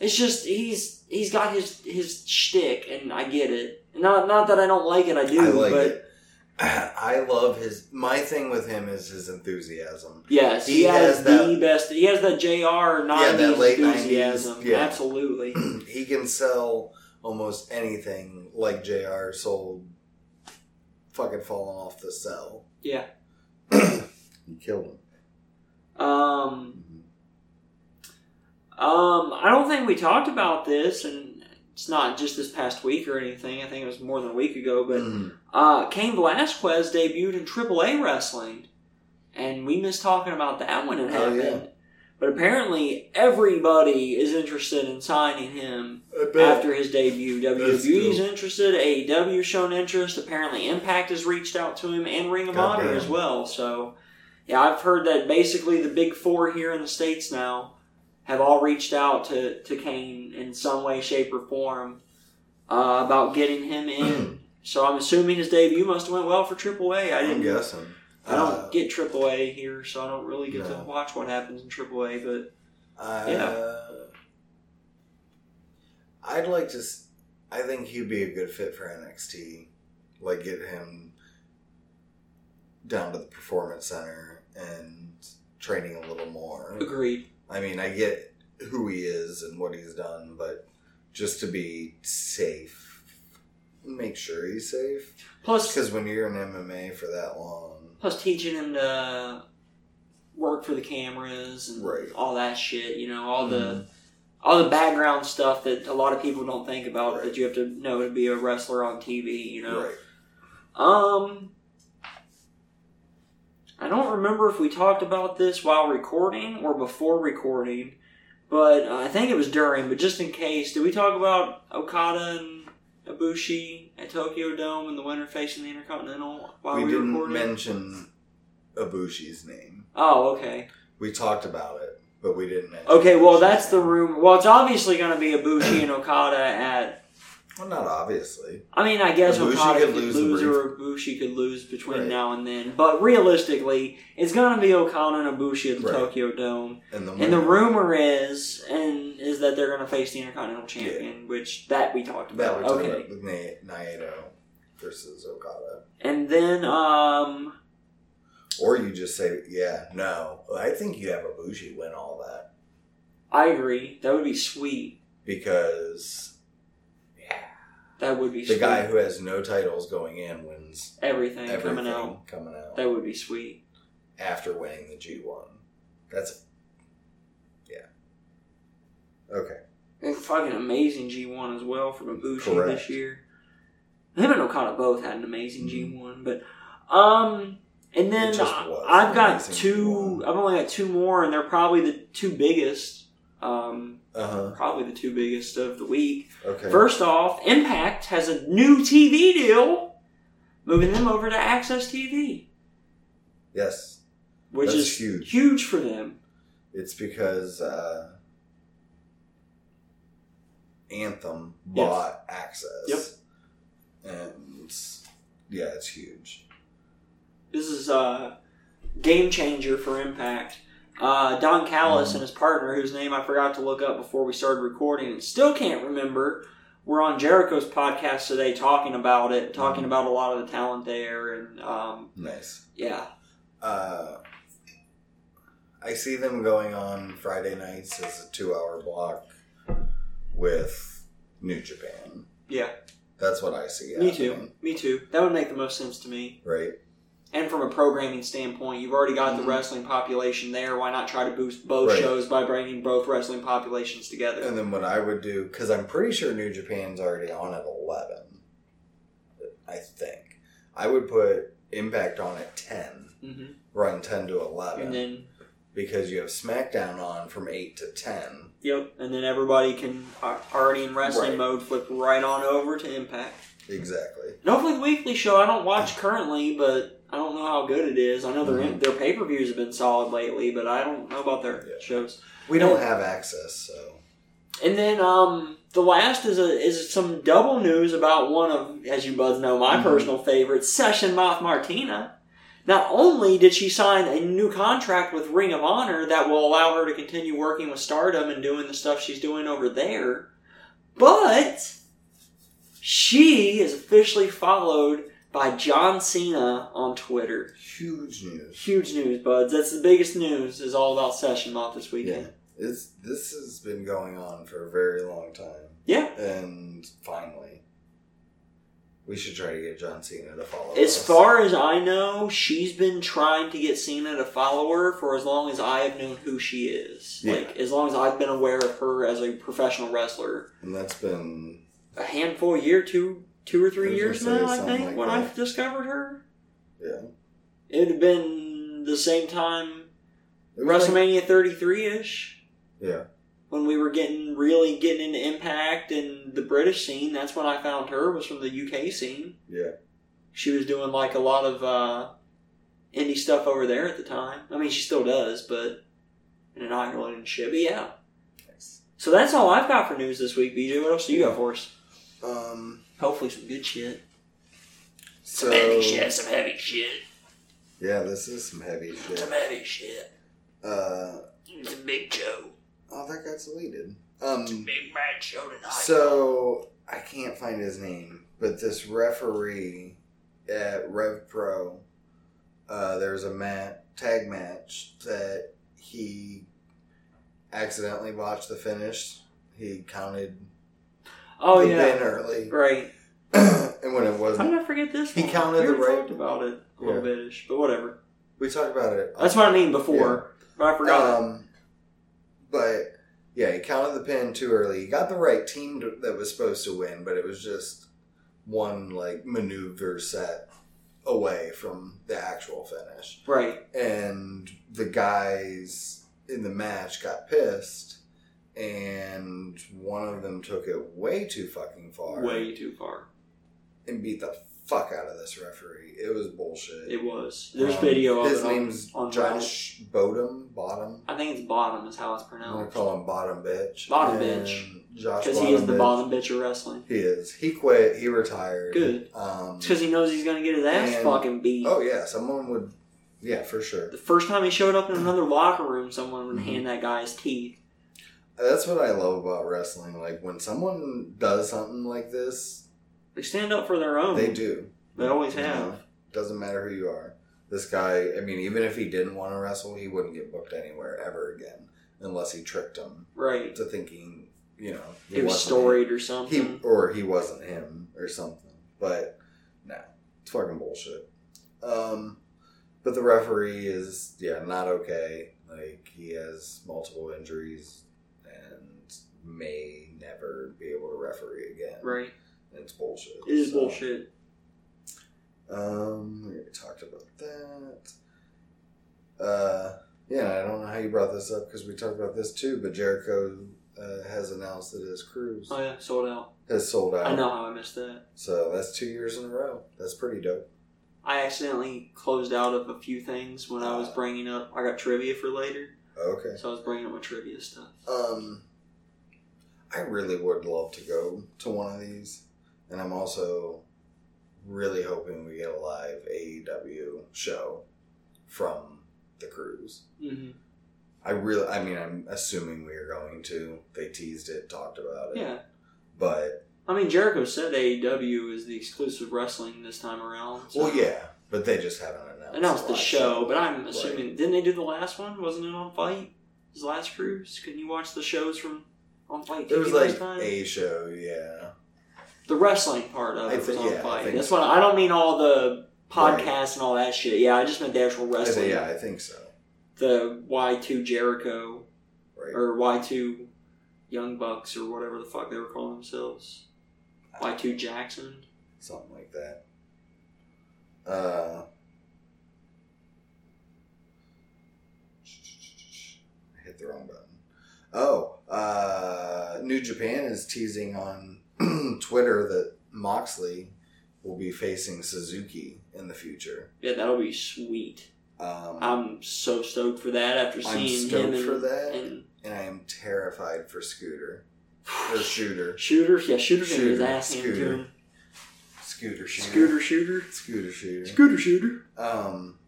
Speaker 2: It's just he's he's got his his shtick, and I get it. Not not that I don't like it, I do.
Speaker 1: I like
Speaker 2: but
Speaker 1: it. I love his. My thing with him is his enthusiasm.
Speaker 2: yes, he,
Speaker 1: He
Speaker 2: has,
Speaker 1: has
Speaker 2: the
Speaker 1: that-
Speaker 2: best. He has that Jr. nineties
Speaker 1: late 90s,
Speaker 2: enthusiasm.
Speaker 1: yeah.
Speaker 2: Absolutely.
Speaker 1: he can sell almost anything, like Jr. sold fucking falling off the cell.
Speaker 2: Yeah.
Speaker 1: he killed him.
Speaker 2: Um, Um, I don't think we talked about this, and it's not just this past week or anything. I think it was more than a week ago, but
Speaker 1: Mhm.
Speaker 2: uh, Cain Velasquez debuted in AAA wrestling, and we missed talking about that when it
Speaker 1: Oh,
Speaker 2: happened.
Speaker 1: yeah.
Speaker 2: But apparently, everybody is interested in signing him
Speaker 1: I bet.
Speaker 2: after his debut.
Speaker 1: That's
Speaker 2: WWE's interested, AEW's shown interest. Apparently, Impact has reached out to him, and Ring of
Speaker 1: God
Speaker 2: Honor
Speaker 1: damn.
Speaker 2: as well. So, yeah, I've heard that basically the big four here in the states now have all reached out to to Kane in some way, shape, or form uh, about getting him in. So I'm assuming his debut must have went well for AAA. I
Speaker 1: I'm
Speaker 2: didn't.
Speaker 1: guessing.
Speaker 2: I don't
Speaker 1: Uh,
Speaker 2: get AAA here, so I don't really get
Speaker 1: No.
Speaker 2: to watch what happens in AAA. But
Speaker 1: I,
Speaker 2: Yeah.
Speaker 1: Uh, I'd like to. s- I think he'd be a good fit for NXT. Like, get him down to the performance center and training a little more.
Speaker 2: agreed.
Speaker 1: I mean, I get who he is and what he's done, but just to be safe, make sure he's safe.
Speaker 2: Plus,
Speaker 1: Because when you're in MMA for that long,
Speaker 2: plus teaching him to work for the cameras and
Speaker 1: Right. Mm-hmm.
Speaker 2: all that shit. You know, all the all the background stuff that a lot of people don't think about
Speaker 1: Right.
Speaker 2: that you have to know to be a wrestler on TV. You know,
Speaker 1: right?
Speaker 2: Um, I don't remember if we talked about this while recording or before recording, but uh, I think it was during. But just in case, did we talk about Okada and Ibushi at Tokyo Dome and the winner facing the Intercontinental while
Speaker 1: we
Speaker 2: we,
Speaker 1: didn't
Speaker 2: recorded?
Speaker 1: mention Ibushi's name.
Speaker 2: oh, okay,
Speaker 1: We talked about it, but we didn't mention.
Speaker 2: okay. Well,
Speaker 1: Ibushi's
Speaker 2: that's the
Speaker 1: name.
Speaker 2: rumor. Well, it's obviously going to be Ibushi and Okada at
Speaker 1: Well, not obviously.
Speaker 2: I mean, I guess
Speaker 1: Ibushi
Speaker 2: Okada
Speaker 1: could
Speaker 2: could
Speaker 1: lose
Speaker 2: lose,
Speaker 1: the brief.
Speaker 2: or Ibushi could lose between
Speaker 1: Right.
Speaker 2: now and then. But realistically, it's going to be Okada and Ibushi at the
Speaker 1: Right.
Speaker 2: Tokyo Dome.
Speaker 1: And the
Speaker 2: And
Speaker 1: winner-
Speaker 2: the rumor is, and is that they're going to face the Intercontinental Champion, which that we talked
Speaker 1: that
Speaker 2: about.
Speaker 1: we talked
Speaker 2: okay.
Speaker 1: about with Na- Naito versus Okada,
Speaker 2: And then, um,
Speaker 1: or you just say, yeah, no. I think you have Ibushi win all that
Speaker 2: I agree. That would be sweet.
Speaker 1: because
Speaker 2: That would be
Speaker 1: the
Speaker 2: sweet.
Speaker 1: guy who has no titles going in wins
Speaker 2: everything,
Speaker 1: everything
Speaker 2: coming out.
Speaker 1: coming out
Speaker 2: That would be sweet.
Speaker 1: after winning the G one. That's yeah. Okay,
Speaker 2: And fucking amazing G1 as well from Ibushi
Speaker 1: Correct.
Speaker 2: this year. Him and Okada both had an amazing G1, but um, and
Speaker 1: Mm-hmm. It
Speaker 2: then
Speaker 1: just
Speaker 2: I-
Speaker 1: was
Speaker 2: I've got
Speaker 1: amazing
Speaker 2: 2
Speaker 1: G1.
Speaker 2: I've only got two more, and they're probably the two biggest. Um,
Speaker 1: uh huh.
Speaker 2: probably the two biggest of the week.
Speaker 1: Okay,
Speaker 2: First off, Impact has a new TV deal, moving them over to Access TV,
Speaker 1: yes,
Speaker 2: which
Speaker 1: That's
Speaker 2: is
Speaker 1: huge.
Speaker 2: huge for them.
Speaker 1: it's because uh, Anthem
Speaker 2: Yes.
Speaker 1: bought access. Yep, and yeah, it's huge.
Speaker 2: This is a game changer for Impact. Uh, Don Callis and his partner, whose name I forgot to look up before we started recording and still can't remember, were on Jericho's podcast today talking about it, talking about a lot of the talent there. And um,
Speaker 1: Nice.
Speaker 2: yeah,
Speaker 1: Uh, I see them going on Friday nights as a two-hour block with New Japan.
Speaker 2: yeah,
Speaker 1: That's what I see.
Speaker 2: me too.
Speaker 1: happening,
Speaker 2: Me too. That would make the most sense to me.
Speaker 1: Right.
Speaker 2: And from a programming standpoint, you've already got
Speaker 1: Mhm.
Speaker 2: the wrestling population there. Why not try to boost both
Speaker 1: Right.
Speaker 2: shows by bringing both wrestling populations together?
Speaker 1: And then what I would do, because I'm pretty sure New Japan's already on at 11, I think. I would put Impact on at 10,
Speaker 2: hmm
Speaker 1: run 10 to 11,
Speaker 2: And then
Speaker 1: because you have SmackDown on from 8 to 10.
Speaker 2: Yep, and then everybody can uh, already in wrestling
Speaker 1: Right.
Speaker 2: mode flip right on over to Impact.
Speaker 1: Exactly.
Speaker 2: And hopefully, the weekly show I don't watch currently, but I don't know how good it is. I know their
Speaker 1: Mhm.
Speaker 2: their pay per views have been solid lately, but I don't know about their
Speaker 1: Yeah.
Speaker 2: shows.
Speaker 1: We don't have access, so.
Speaker 2: And then um, the last is a, is some double news about one of, as you both know, my
Speaker 1: Mhm.
Speaker 2: personal favorites, Session Moth Martina. Not only did she sign a new contract with Ring of Honor that will allow her to continue working with Stardom and doing the stuff she's doing over there, but she is officially followed by John Cena on Twitter.
Speaker 1: Huge news.
Speaker 2: Huge news, buds. That's the biggest news is all about Session Moth this
Speaker 1: Yeah.
Speaker 2: weekend.
Speaker 1: It's, this has been going on for a very long time.
Speaker 2: Yeah.
Speaker 1: And finally. We should try to get John Cena to follow.
Speaker 2: As
Speaker 1: us.
Speaker 2: far as I know, she's been trying to get Cena to follow her for as long as I have known who she is.
Speaker 1: Yeah.
Speaker 2: Like as long as I've been aware of her as a professional wrestler,
Speaker 1: and that's been
Speaker 2: a handful of year, two, two or three
Speaker 1: I was
Speaker 2: years
Speaker 1: gonna say
Speaker 2: now, I
Speaker 1: something
Speaker 2: think,
Speaker 1: like
Speaker 2: when
Speaker 1: that.
Speaker 2: I discovered her,
Speaker 1: yeah.
Speaker 2: it'd have been the same time
Speaker 1: It was like-
Speaker 2: WrestleMania 33 ish.
Speaker 1: Yeah.
Speaker 2: When we were getting really getting into Impact and the British scene, that's when I found her was from the UK scene.
Speaker 1: yeah.
Speaker 2: She was doing like a lot of uh, indie stuff over there at the time. I mean, she still does, but in Ireland and shit. But yeah.
Speaker 1: Nice.
Speaker 2: So that's all I've got for news this week, BJ. What else do you got for us?
Speaker 1: Um.
Speaker 2: Hopefully, some good shit.
Speaker 1: So
Speaker 2: heavy shit. Some heavy shit.
Speaker 1: yeah, this is some heavy shit.
Speaker 2: Some heavy shit.
Speaker 1: Uh.
Speaker 2: It's a big Joe.
Speaker 1: Oh, that got deleted. Um.
Speaker 2: Big Mad Joe tonight.
Speaker 1: So I can't find his name, but this referee at Rev Pro, uh, there was a mat, tag match that he accidentally botched the finish. He counted
Speaker 2: oh
Speaker 1: the
Speaker 2: yeah,
Speaker 1: pin early,
Speaker 2: right.
Speaker 1: and when it
Speaker 2: How
Speaker 1: wasn't,
Speaker 2: did I forget this?
Speaker 1: He
Speaker 2: one?
Speaker 1: counted
Speaker 2: we
Speaker 1: the
Speaker 2: already
Speaker 1: right-
Speaker 2: talked about it a little
Speaker 1: Yeah.
Speaker 2: bitish, but whatever.
Speaker 1: we talked about it.
Speaker 2: That's what I mean before, but I forgot.
Speaker 1: Um, but yeah, he counted the pin too early. He got the right team to, that was supposed to win, but it was just one like maneuver set away from the actual finish.
Speaker 2: right.
Speaker 1: And the guys in the match got pissed, and one of them took it way too fucking far
Speaker 2: Way too far.
Speaker 1: and beat the fuck out of this referee. It was bullshit.
Speaker 2: It was. There's
Speaker 1: Um,
Speaker 2: video of
Speaker 1: His
Speaker 2: it on-
Speaker 1: name's
Speaker 2: on
Speaker 1: Josh Bodum. Bottom.
Speaker 2: I think it's bottom is how it's
Speaker 1: I'm gonna
Speaker 2: pronounced.
Speaker 1: call him Bottom Bitch.
Speaker 2: Bottom
Speaker 1: And
Speaker 2: Bitch.
Speaker 1: Josh
Speaker 2: Because he is the
Speaker 1: bitch.
Speaker 2: bottom bitch of wrestling.
Speaker 1: He is. He quit. He retired.
Speaker 2: Good.
Speaker 1: Um,
Speaker 2: It's because he knows he's gonna get his ass
Speaker 1: And-
Speaker 2: fucking beat.
Speaker 1: oh yeah, someone would. Yeah, for sure.
Speaker 2: The first time he showed up in another locker room, someone would
Speaker 1: Mhm.
Speaker 2: hand that guy his teeth.
Speaker 1: That's what I love about wrestling. Like when someone does something like this,
Speaker 2: They stand up for their own.
Speaker 1: they do.
Speaker 2: Oh.
Speaker 1: Mm-hmm.
Speaker 2: They always
Speaker 1: You know,
Speaker 2: have.
Speaker 1: Doesn't matter who you are. This guy. I mean, even if he didn't want to wrestle, he wouldn't get booked anywhere ever again, unless he tricked him
Speaker 2: Right.
Speaker 1: to thinking, you know,
Speaker 2: It was
Speaker 1: wasn't
Speaker 2: storied or
Speaker 1: him.
Speaker 2: something.
Speaker 1: He or he wasn't him or something. But no, it's fucking bullshit. Um, but the referee is yeah not okay. Like he has multiple injuries and may never be able to referee again.
Speaker 2: right.
Speaker 1: It's bullshit.
Speaker 2: It is
Speaker 1: So,
Speaker 2: bullshit.
Speaker 1: Um, we already talked about that. Uh, yeah, I don't know how you brought this up because we talked about this too. But Jericho uh, has announced that his cruise
Speaker 2: Oh yeah, sold out.
Speaker 1: has sold out.
Speaker 2: I know how I missed that.
Speaker 1: So that's two years in a row. That's pretty dope.
Speaker 2: I accidentally closed out of a few things when I
Speaker 1: Uh,
Speaker 2: was bringing up. I got trivia for later,
Speaker 1: Okay.
Speaker 2: so I was bringing up my trivia stuff.
Speaker 1: Um, I really would love to go to one of these, and I'm also really hoping we get a live AEW show from the cruise.
Speaker 2: hmm
Speaker 1: I really, I mean, I'm assuming we are going to. They teased it, talked about it,
Speaker 2: Yeah.
Speaker 1: but
Speaker 2: I mean, Jericho said AEW is the exclusive wrestling this time around. so-
Speaker 1: well, yeah, but they just haven't announced
Speaker 2: Announced the
Speaker 1: live
Speaker 2: show, but I'm
Speaker 1: Right.
Speaker 2: assuming didn't they do the last one? Wasn't it on Fight? His last cruise? Can you watch the shows from on Fight?
Speaker 1: It was
Speaker 2: TV
Speaker 1: like
Speaker 2: last time?
Speaker 1: a show, yeah.
Speaker 2: the wrestling part of
Speaker 1: I
Speaker 2: it was
Speaker 1: think-
Speaker 2: on
Speaker 1: yeah, I
Speaker 2: Fight.
Speaker 1: think
Speaker 2: That's
Speaker 1: so.
Speaker 2: what I don't mean all the podcasts
Speaker 1: Right.
Speaker 2: and all that shit. Yeah, I just meant the actual
Speaker 1: I
Speaker 2: wrestling.
Speaker 1: think, yeah, I think so.
Speaker 2: The Y two Jericho
Speaker 1: Right.
Speaker 2: or Y two Young Bucks or whatever the fuck they were calling themselves. Y two Jackson.
Speaker 1: something like that. Uh, I hit the wrong button. Oh, uh, New Japan is teasing on Twitter that Moxley will be facing Suzuki in the future.
Speaker 2: Yeah, that'll be sweet.
Speaker 1: Um, I'm,
Speaker 2: I'm so stoked for that after seeing him
Speaker 1: stoked
Speaker 2: and,
Speaker 1: for that, and,
Speaker 2: and
Speaker 1: I am terrified for Scooter or Shooter,
Speaker 2: Shooter. Yeah, Shooter's gonna get his
Speaker 1: Shooter,
Speaker 2: ass handed to
Speaker 1: Scooter,
Speaker 2: him.
Speaker 1: Scooter Shooter,
Speaker 2: Scooter Shooter.
Speaker 1: Scooter Shooter.
Speaker 2: Scooter Shooter.
Speaker 1: Um,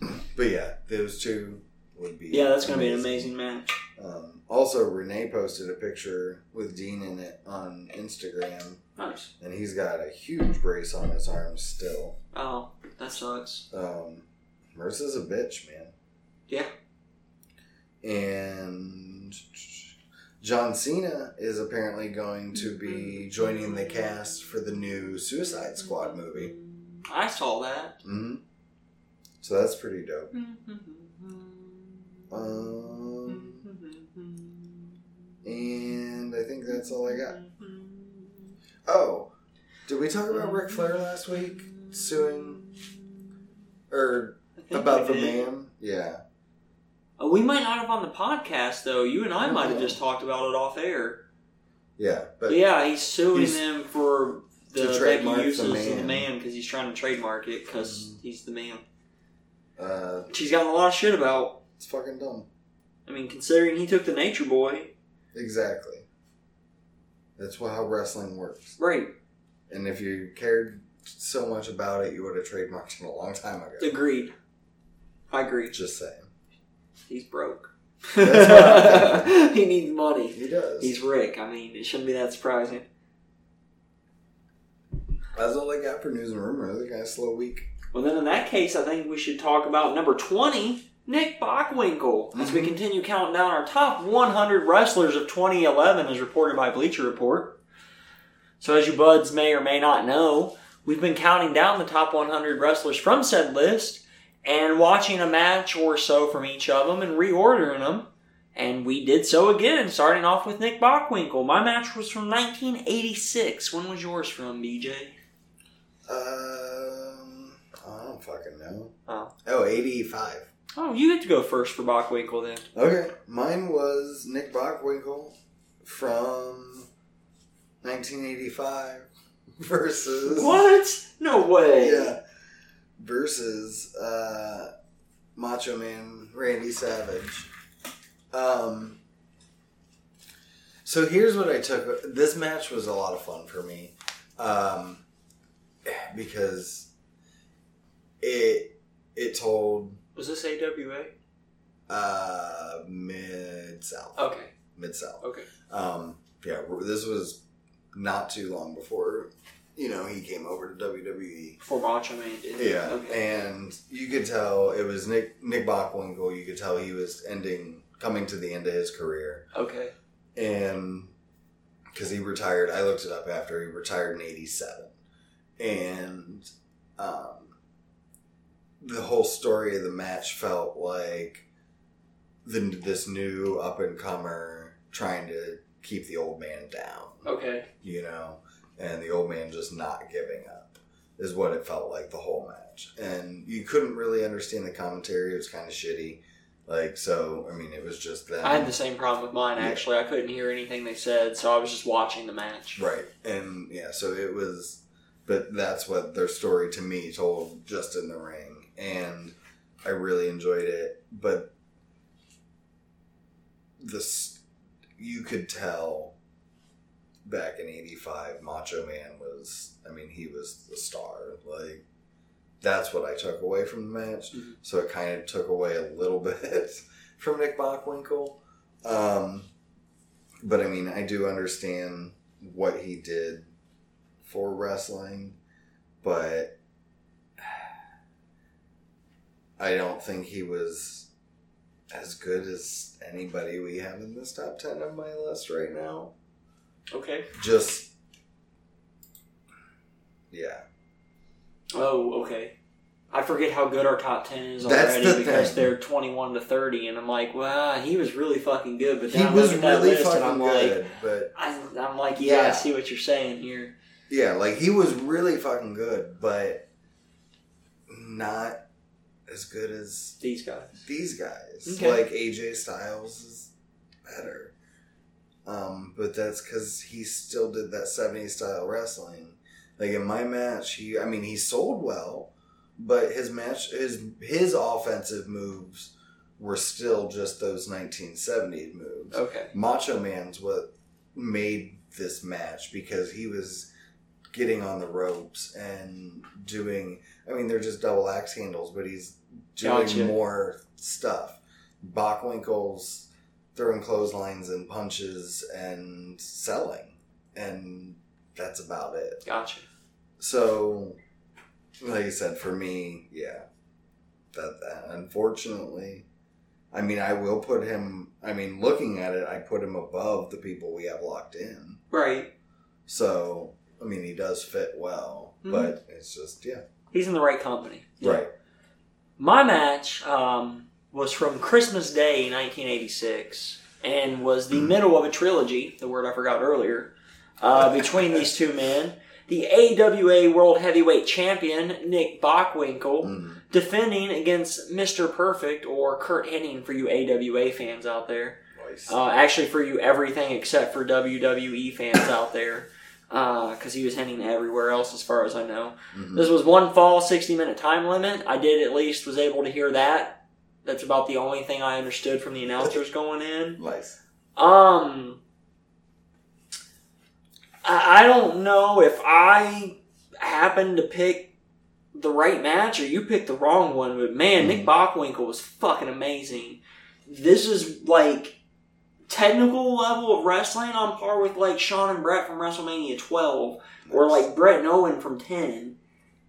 Speaker 1: but yeah, those two would be.
Speaker 2: Yeah, that's gonna be an amazing match.
Speaker 1: Um, also, Renee posted a picture with Dean in it on Instagram,
Speaker 2: Nice.
Speaker 1: and he's got a huge brace on his arm still.
Speaker 2: Oh, that sucks.
Speaker 1: Um, Mercer's a bitch, man.
Speaker 2: Yeah.
Speaker 1: And John Cena is apparently going to be joining the cast for the new Suicide Squad movie.
Speaker 2: I saw that.
Speaker 1: hmm So that's pretty dope. Um, and I think that's all I got. Oh, did we talk
Speaker 2: Um,
Speaker 1: about Ric Flair last week suing or about the man? Yeah,
Speaker 2: Uh, We might not have on the podcast though. You and I might have just talked about it off air.
Speaker 1: yeah, but
Speaker 2: But yeah, he's suing
Speaker 1: he's-
Speaker 2: them for
Speaker 1: to
Speaker 2: the
Speaker 1: trademark
Speaker 2: Becky
Speaker 1: the
Speaker 2: uses of the
Speaker 1: man. Mm-hmm.
Speaker 2: man because he's trying to trademark it because he's the man.
Speaker 1: uh,
Speaker 2: She's gotten a lot of shit about.
Speaker 1: it's fucking dumb.
Speaker 2: I mean, considering he took the Nature Boy,
Speaker 1: Exactly. That's wha- how wrestling works.
Speaker 2: right?
Speaker 1: And if you cared so much about it, you would have trademarked it a long time ago.
Speaker 2: Agreed. I agree.
Speaker 1: Just saying.
Speaker 2: He's broke.
Speaker 1: That's what I'm
Speaker 2: he needs money.
Speaker 1: He does.
Speaker 2: He's Rick. I mean, it shouldn't be that surprising.
Speaker 1: That's all I got for news and rumors. They got a slow week.
Speaker 2: Well, then in that case, I think we should talk about number 20, Nick Bockwinkel. As we continue counting down our top 100 wrestlers of 2011, as reported by Bleacher Report. So, as you buds may or may not know, we've been counting down the top 100 wrestlers from said list and watching a match or so from each of them and reordering them. And we did so again, starting off with Nick Bockwinkel. My match was from 1986. When was yours from, BJ?
Speaker 1: Um, I don't fucking know.
Speaker 2: Oh.
Speaker 1: Oh, 85.
Speaker 2: Oh, you get to go first for Bockwinkel then.
Speaker 1: Okay. Mine was Nick Bockwinkel from 1985 versus.
Speaker 2: What? No way.
Speaker 1: Yeah. Versus uh, Macho Man Randy Savage. Um, so here's what I took. This match was a lot of fun for me um, because it it told
Speaker 2: Was this AWA?
Speaker 1: uh, mid south
Speaker 2: Okay.
Speaker 1: mid south.
Speaker 2: Okay.
Speaker 1: Um, yeah, this was not too long before you know he came over to WWE.
Speaker 2: For Macho Man. didn't it?
Speaker 1: Yeah,
Speaker 2: Okay.
Speaker 1: and you could tell it was Nick Nick Bockwinkel. You could tell he was ending, coming to the end of his career,
Speaker 2: Okay.
Speaker 1: and because he retired, I looked it up after he retired in '87, and um, the whole story of the match felt like the, this new up and comer trying to keep the old man down
Speaker 2: Okay.
Speaker 1: you know, and the old man just not giving up is what it felt like the whole match. And you couldn't really understand the commentary. It was kind of shitty. Like, so, I mean, it was just them.
Speaker 2: I had the same problem with mine
Speaker 1: Yeah.
Speaker 2: actually. I couldn't hear anything they said, so I was just watching the match.
Speaker 1: Right. And yeah, so it was, but that's what their story to me told just in the ring. And I really enjoyed it. But this, you could tell back in 85, Macho Man was, I mean, he was the star. Like, that's what I took away from the match.
Speaker 2: Mhm.
Speaker 1: So it kind of took away a little bit from Nick Bockwinkel. Um, but I mean, I do understand what he did for wrestling, but I don't think he was as good as anybody we have in this top 10 of my list right now.
Speaker 2: Okay.
Speaker 1: Just, yeah.
Speaker 2: Oh, okay. I forget how good our top ten is
Speaker 1: That's
Speaker 2: already
Speaker 1: the
Speaker 2: because
Speaker 1: thing.
Speaker 2: they're twenty one to thirty, and I'm like, wow, he was really fucking good. But
Speaker 1: He
Speaker 2: then I
Speaker 1: was
Speaker 2: look at that
Speaker 1: really
Speaker 2: list and I'm
Speaker 1: fucking
Speaker 2: like,
Speaker 1: good, but
Speaker 2: I, I'm like, yeah, I
Speaker 1: Yeah.
Speaker 2: see what you're saying here.
Speaker 1: yeah, like he was really fucking good, but not as good as
Speaker 2: These guys.
Speaker 1: these guys.
Speaker 2: Okay.
Speaker 1: Like AJ Styles is better. Um, but that's because he still did that 70s style wrestling. Like in my match, he I mean he sold well, but his match his his offensive moves were still just those 1970s moves.
Speaker 2: Okay.
Speaker 1: Macho Man's what made this match because he was getting on the ropes and doing. I mean, they're just double axe handles, but he's doing
Speaker 2: Gotcha.
Speaker 1: more stuff. Bockwinkle's throwing clotheslines and punches and selling, and that's about it.
Speaker 2: Gotcha.
Speaker 1: So, like I said, for me, yeah, that, that unfortunately, I mean, I will put him. I mean, looking at it, I put him above the people we have locked in.
Speaker 2: Right.
Speaker 1: So, I mean, he does fit well,
Speaker 2: Mm-hmm.
Speaker 1: but it's just yeah,
Speaker 2: He's in the right company.
Speaker 1: right.
Speaker 2: My match um, was from Christmas Day 1986 and was the middle of a trilogy, the word I forgot earlier, uh, between these two men. The AWA World Heavyweight Champion, Nick Bockwinkel,
Speaker 1: Mm.
Speaker 2: defending against Mr. Perfect or Kurt Hennig for you AWA fans out there.
Speaker 1: Nice.
Speaker 2: Uh, actually, for you everything except for WWE fans out there, because he was Henning everywhere else as far as I know.
Speaker 1: Mhm.
Speaker 2: This was one fall, 60 minute time limit. I did at least was able to hear that. That's about the only thing I understood from the announcers going in.
Speaker 1: Nice.
Speaker 2: Um, I, I don't know if I happened to pick the right match or you picked the wrong one, but man, Nick Bockwinkel was fucking amazing. This is like technical level of wrestling on par with like Sean and Brett from WrestleMania 12 or like Brett and Owen from 10.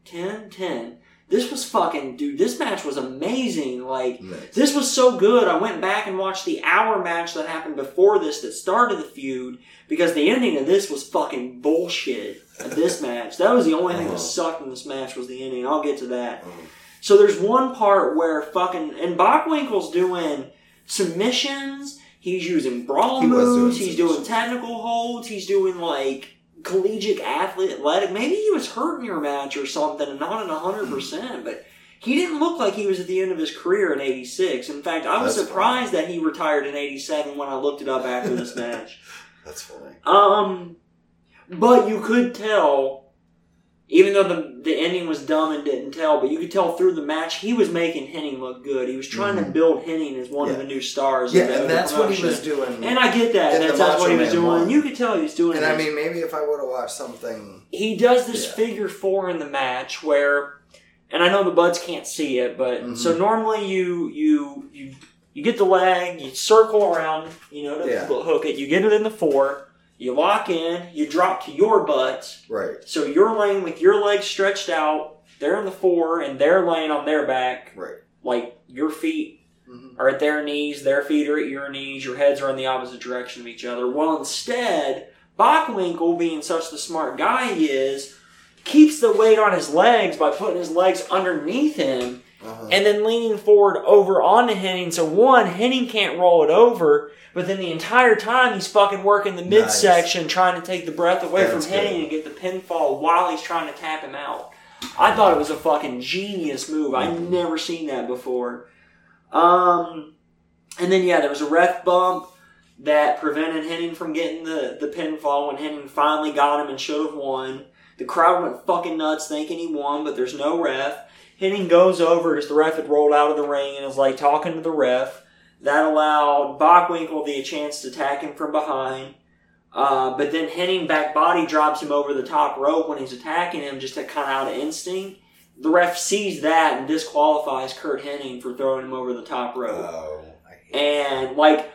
Speaker 2: 10, 10. This was fucking, dude, this match was amazing. Like,
Speaker 1: Nice.
Speaker 2: this was so good. I went back and watched the hour match that happened before this that started the feud because the ending of this was fucking bullshit. Of this match. That was the only thing
Speaker 1: Uh-huh.
Speaker 2: that sucked in this match was the ending. I'll get to that.
Speaker 1: Mhm.
Speaker 2: So there's one part where fucking and Bockwinkle's doing submissions. He's using brawl
Speaker 1: He was doing
Speaker 2: moves. he's doing
Speaker 1: submissions.
Speaker 2: technical holds. He's doing like collegiate athlete athletic. Maybe he was hurt in your match or something and not at
Speaker 1: Hmm.
Speaker 2: hundred percent, but. He didn't look like he was at the end of his career in '86. In fact, I was
Speaker 1: That's
Speaker 2: surprised that he retired in '87 when I looked it up after this match.
Speaker 1: That's funny.
Speaker 2: Um, but you could tell, even though the the ending was dumb and didn't tell, but you could tell through the match he was making Henning look good. He was trying to
Speaker 1: Mhm.
Speaker 2: build Henning as one of
Speaker 1: Yeah.
Speaker 2: the new stars. of
Speaker 1: Yeah,
Speaker 2: the-
Speaker 1: and
Speaker 2: of the
Speaker 1: that's what he
Speaker 2: promotion.
Speaker 1: was doing.
Speaker 2: And I get that.
Speaker 1: in the
Speaker 2: That's, that's what he
Speaker 1: Macho
Speaker 2: was
Speaker 1: Man
Speaker 2: doing.
Speaker 1: one.
Speaker 2: You could tell he was doing.
Speaker 1: And
Speaker 2: it
Speaker 1: I mean, maybe if I would have watched something,
Speaker 2: he does this
Speaker 1: Yeah.
Speaker 2: figure four in the match where and I know the buds can't see it, but
Speaker 1: Mhm.
Speaker 2: so normally you you you you get the leg, you circle around, you know, to
Speaker 1: Yeah.
Speaker 2: hook it, you get it in the four, you lock in, you drop to your butts,
Speaker 1: right?
Speaker 2: so you're laying with your legs stretched out, they're in the four, and they're laying on their back,
Speaker 1: Right.
Speaker 2: like your feet
Speaker 1: Mhm.
Speaker 2: are at their knees, their feet are at your knees, your heads are in the opposite direction of each other. Well, instead, Bockwinkel, being such the smart guy he is, keeps the weight on his legs by putting his legs underneath him
Speaker 1: Uh-huh.
Speaker 2: and then leaning forward over onto Henning. So, one, Henning can't roll it over, but then the entire time he's fucking working the
Speaker 1: Nice.
Speaker 2: midsection trying to take the breath away
Speaker 1: That's
Speaker 2: from
Speaker 1: good.
Speaker 2: Henning and get the pinfall while he's trying to tap him out. I thought it was a fucking genius move. I've
Speaker 1: Mhm.
Speaker 2: never seen that before. Um, and then, yeah, there was a ref bump that prevented Henning from getting the, the pinfall when Henning finally got him and should have won. The crowd went fucking nuts thinking he won, but there's no ref. Henning goes over because the ref had rolled out of the ring and is like talking to the ref. That allowed Bockwinkel the chance to attack him from behind. Uh, but then Henning back body drops him over the top rope when he's attacking him just to kind of out of instinct. The ref sees that and disqualifies Kurt Henning for throwing him over the top rope.
Speaker 1: oh, I hate
Speaker 2: And like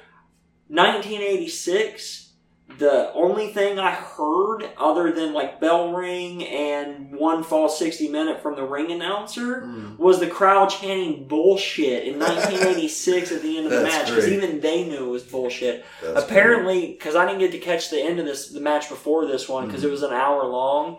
Speaker 2: 1986, the only thing I heard other than like bell ring and one fall 60 minute from the ring announcer
Speaker 1: Mhm.
Speaker 2: was the crowd chanting bullshit in 1986 at the end of the
Speaker 1: That's
Speaker 2: match because
Speaker 1: great.
Speaker 2: even they knew it was bullshit.
Speaker 1: That's
Speaker 2: Apparently, because I didn't get to catch the end of this the match before this one
Speaker 1: Mm-hmm.
Speaker 2: because it was an hour long.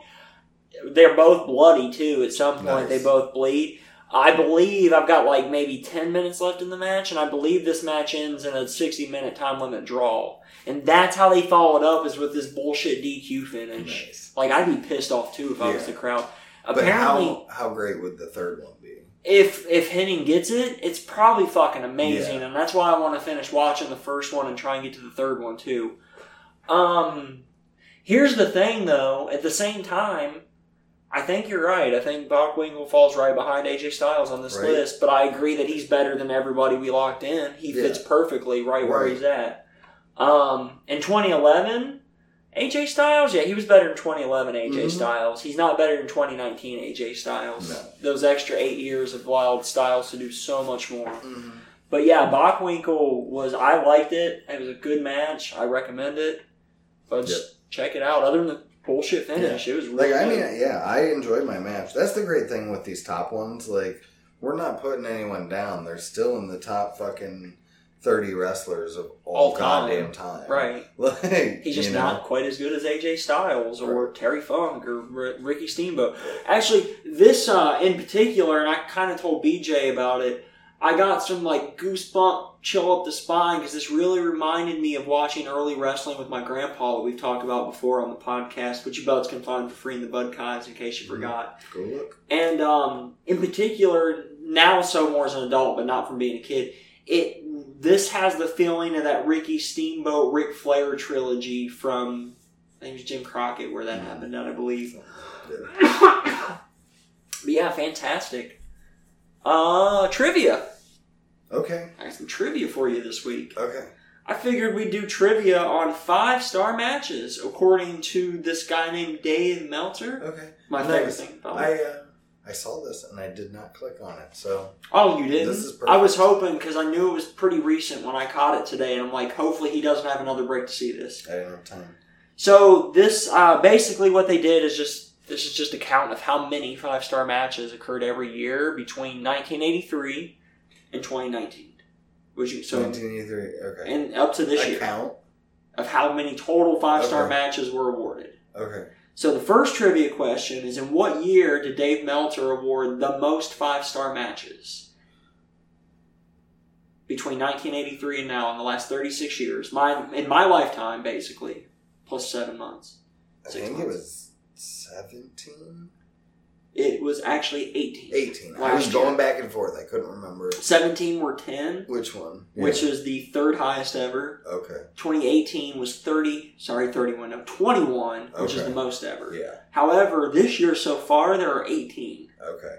Speaker 2: They're both bloody too. At some point,
Speaker 1: Nice.
Speaker 2: they both bleed. I believe I've got like maybe ten minutes left in the match, and I believe this match ends in a sixty minute time limit draw. And that's how they followed up is with this bullshit DQ
Speaker 1: pretty
Speaker 2: finish.
Speaker 1: nice.
Speaker 2: Like I'd be pissed off too if I was
Speaker 1: Yeah.
Speaker 2: the crowd.
Speaker 1: But
Speaker 2: Apparently,
Speaker 1: how how great would the third one be?
Speaker 2: if if Henning gets it, it's probably fucking amazing, and that's why I want to finish watching the first one and try and get to the third one too. Um, here's the thing though. At the same time, I think you're right. I think Bockwinkel falls right behind AJ Styles on this
Speaker 1: Right.
Speaker 2: list, but I agree that he's better than everybody we locked in. He
Speaker 1: Yeah.
Speaker 2: fits perfectly right, where
Speaker 1: Right.
Speaker 2: he's at. Um, in 2011. AJ Styles, yeah, he was better in 2011 AJ
Speaker 1: Mhm.
Speaker 2: Styles. He's not better in 2019 AJ Styles.
Speaker 1: No.
Speaker 2: Those extra eight years of Wild Styles to do so much more. But yeah, Bockwinkel was, I liked it. It was a good match. I recommend it. But just check it out. Other than the bullshit finish, it was really
Speaker 1: Like I
Speaker 2: good.
Speaker 1: mean, yeah, I enjoyed my match. That's the great thing with these top ones. Like we're not putting anyone down. They're still in the top fucking thirty wrestlers of all,
Speaker 2: All time.
Speaker 1: goddamn time.
Speaker 2: Right.
Speaker 1: Like
Speaker 2: He's just
Speaker 1: you know?
Speaker 2: not quite as good as AJ Styles or Terry Funk or R- Ricky Steamboat. Actually, this uh, in particular, and I kind of told BJ about it. I got some like goosebump chill up the spine because this really reminded me of watching early wrestling with my grandpa that we've talked about before on the podcast, which you buds can find for free in the Bud Cons in case you
Speaker 1: Mhm.
Speaker 2: forgot.
Speaker 1: Go look.
Speaker 2: And um, in particular, now so more as an adult, but not from being a kid. It this has the feeling of that Ricky Steamboat, Ric Flair trilogy from I think it was Jim Crockett where that happened at, I believe.
Speaker 1: Yeah.
Speaker 2: but yeah, fantastic. Uh, trivia.
Speaker 1: Okay.
Speaker 2: I got some trivia for you this week.
Speaker 1: Okay.
Speaker 2: I figured we'd do trivia on five star matches, according to this guy named Dave Meltzer.
Speaker 1: Okay.
Speaker 2: My
Speaker 1: Nice.
Speaker 2: favorite thing. about
Speaker 1: I uh, I saw this and I did not click on it. So
Speaker 2: Oh, you didn't?
Speaker 1: This is perfect.
Speaker 2: I was hoping because I knew it was pretty recent when I caught it today, and I'm like, hopefully he doesn't have another break to see this.
Speaker 1: I didn't have time.
Speaker 2: So this, uh, basically, what they did is just this is just a count of how many five star matches occurred every year between 1983 and 2019. Would you so
Speaker 1: 1983. Okay.
Speaker 2: and up to this
Speaker 1: I
Speaker 2: year
Speaker 1: count.
Speaker 2: of how many total five star
Speaker 1: Okay.
Speaker 2: matches were awarded?
Speaker 1: Okay.
Speaker 2: So the first trivia question is: In what year did Dave Meltzer award the most five-star matches? Between 1983 and now, in the last 36 years, my in my lifetime, basically, plus seven months,
Speaker 1: I
Speaker 2: Six
Speaker 1: think it
Speaker 2: months.
Speaker 1: was 17?
Speaker 2: it was actually 18.
Speaker 1: 18. I
Speaker 2: Last
Speaker 1: was
Speaker 2: year.
Speaker 1: going back and forth. I couldn't remember
Speaker 2: 17 were 10,
Speaker 1: which one.
Speaker 2: which is the third highest ever.
Speaker 1: Okay.
Speaker 2: 2018 was 30, sorry, 31, no, 21, which is
Speaker 1: Okay.
Speaker 2: the most ever.
Speaker 1: Yeah.
Speaker 2: However, this year so far, there are 18.
Speaker 1: Okay.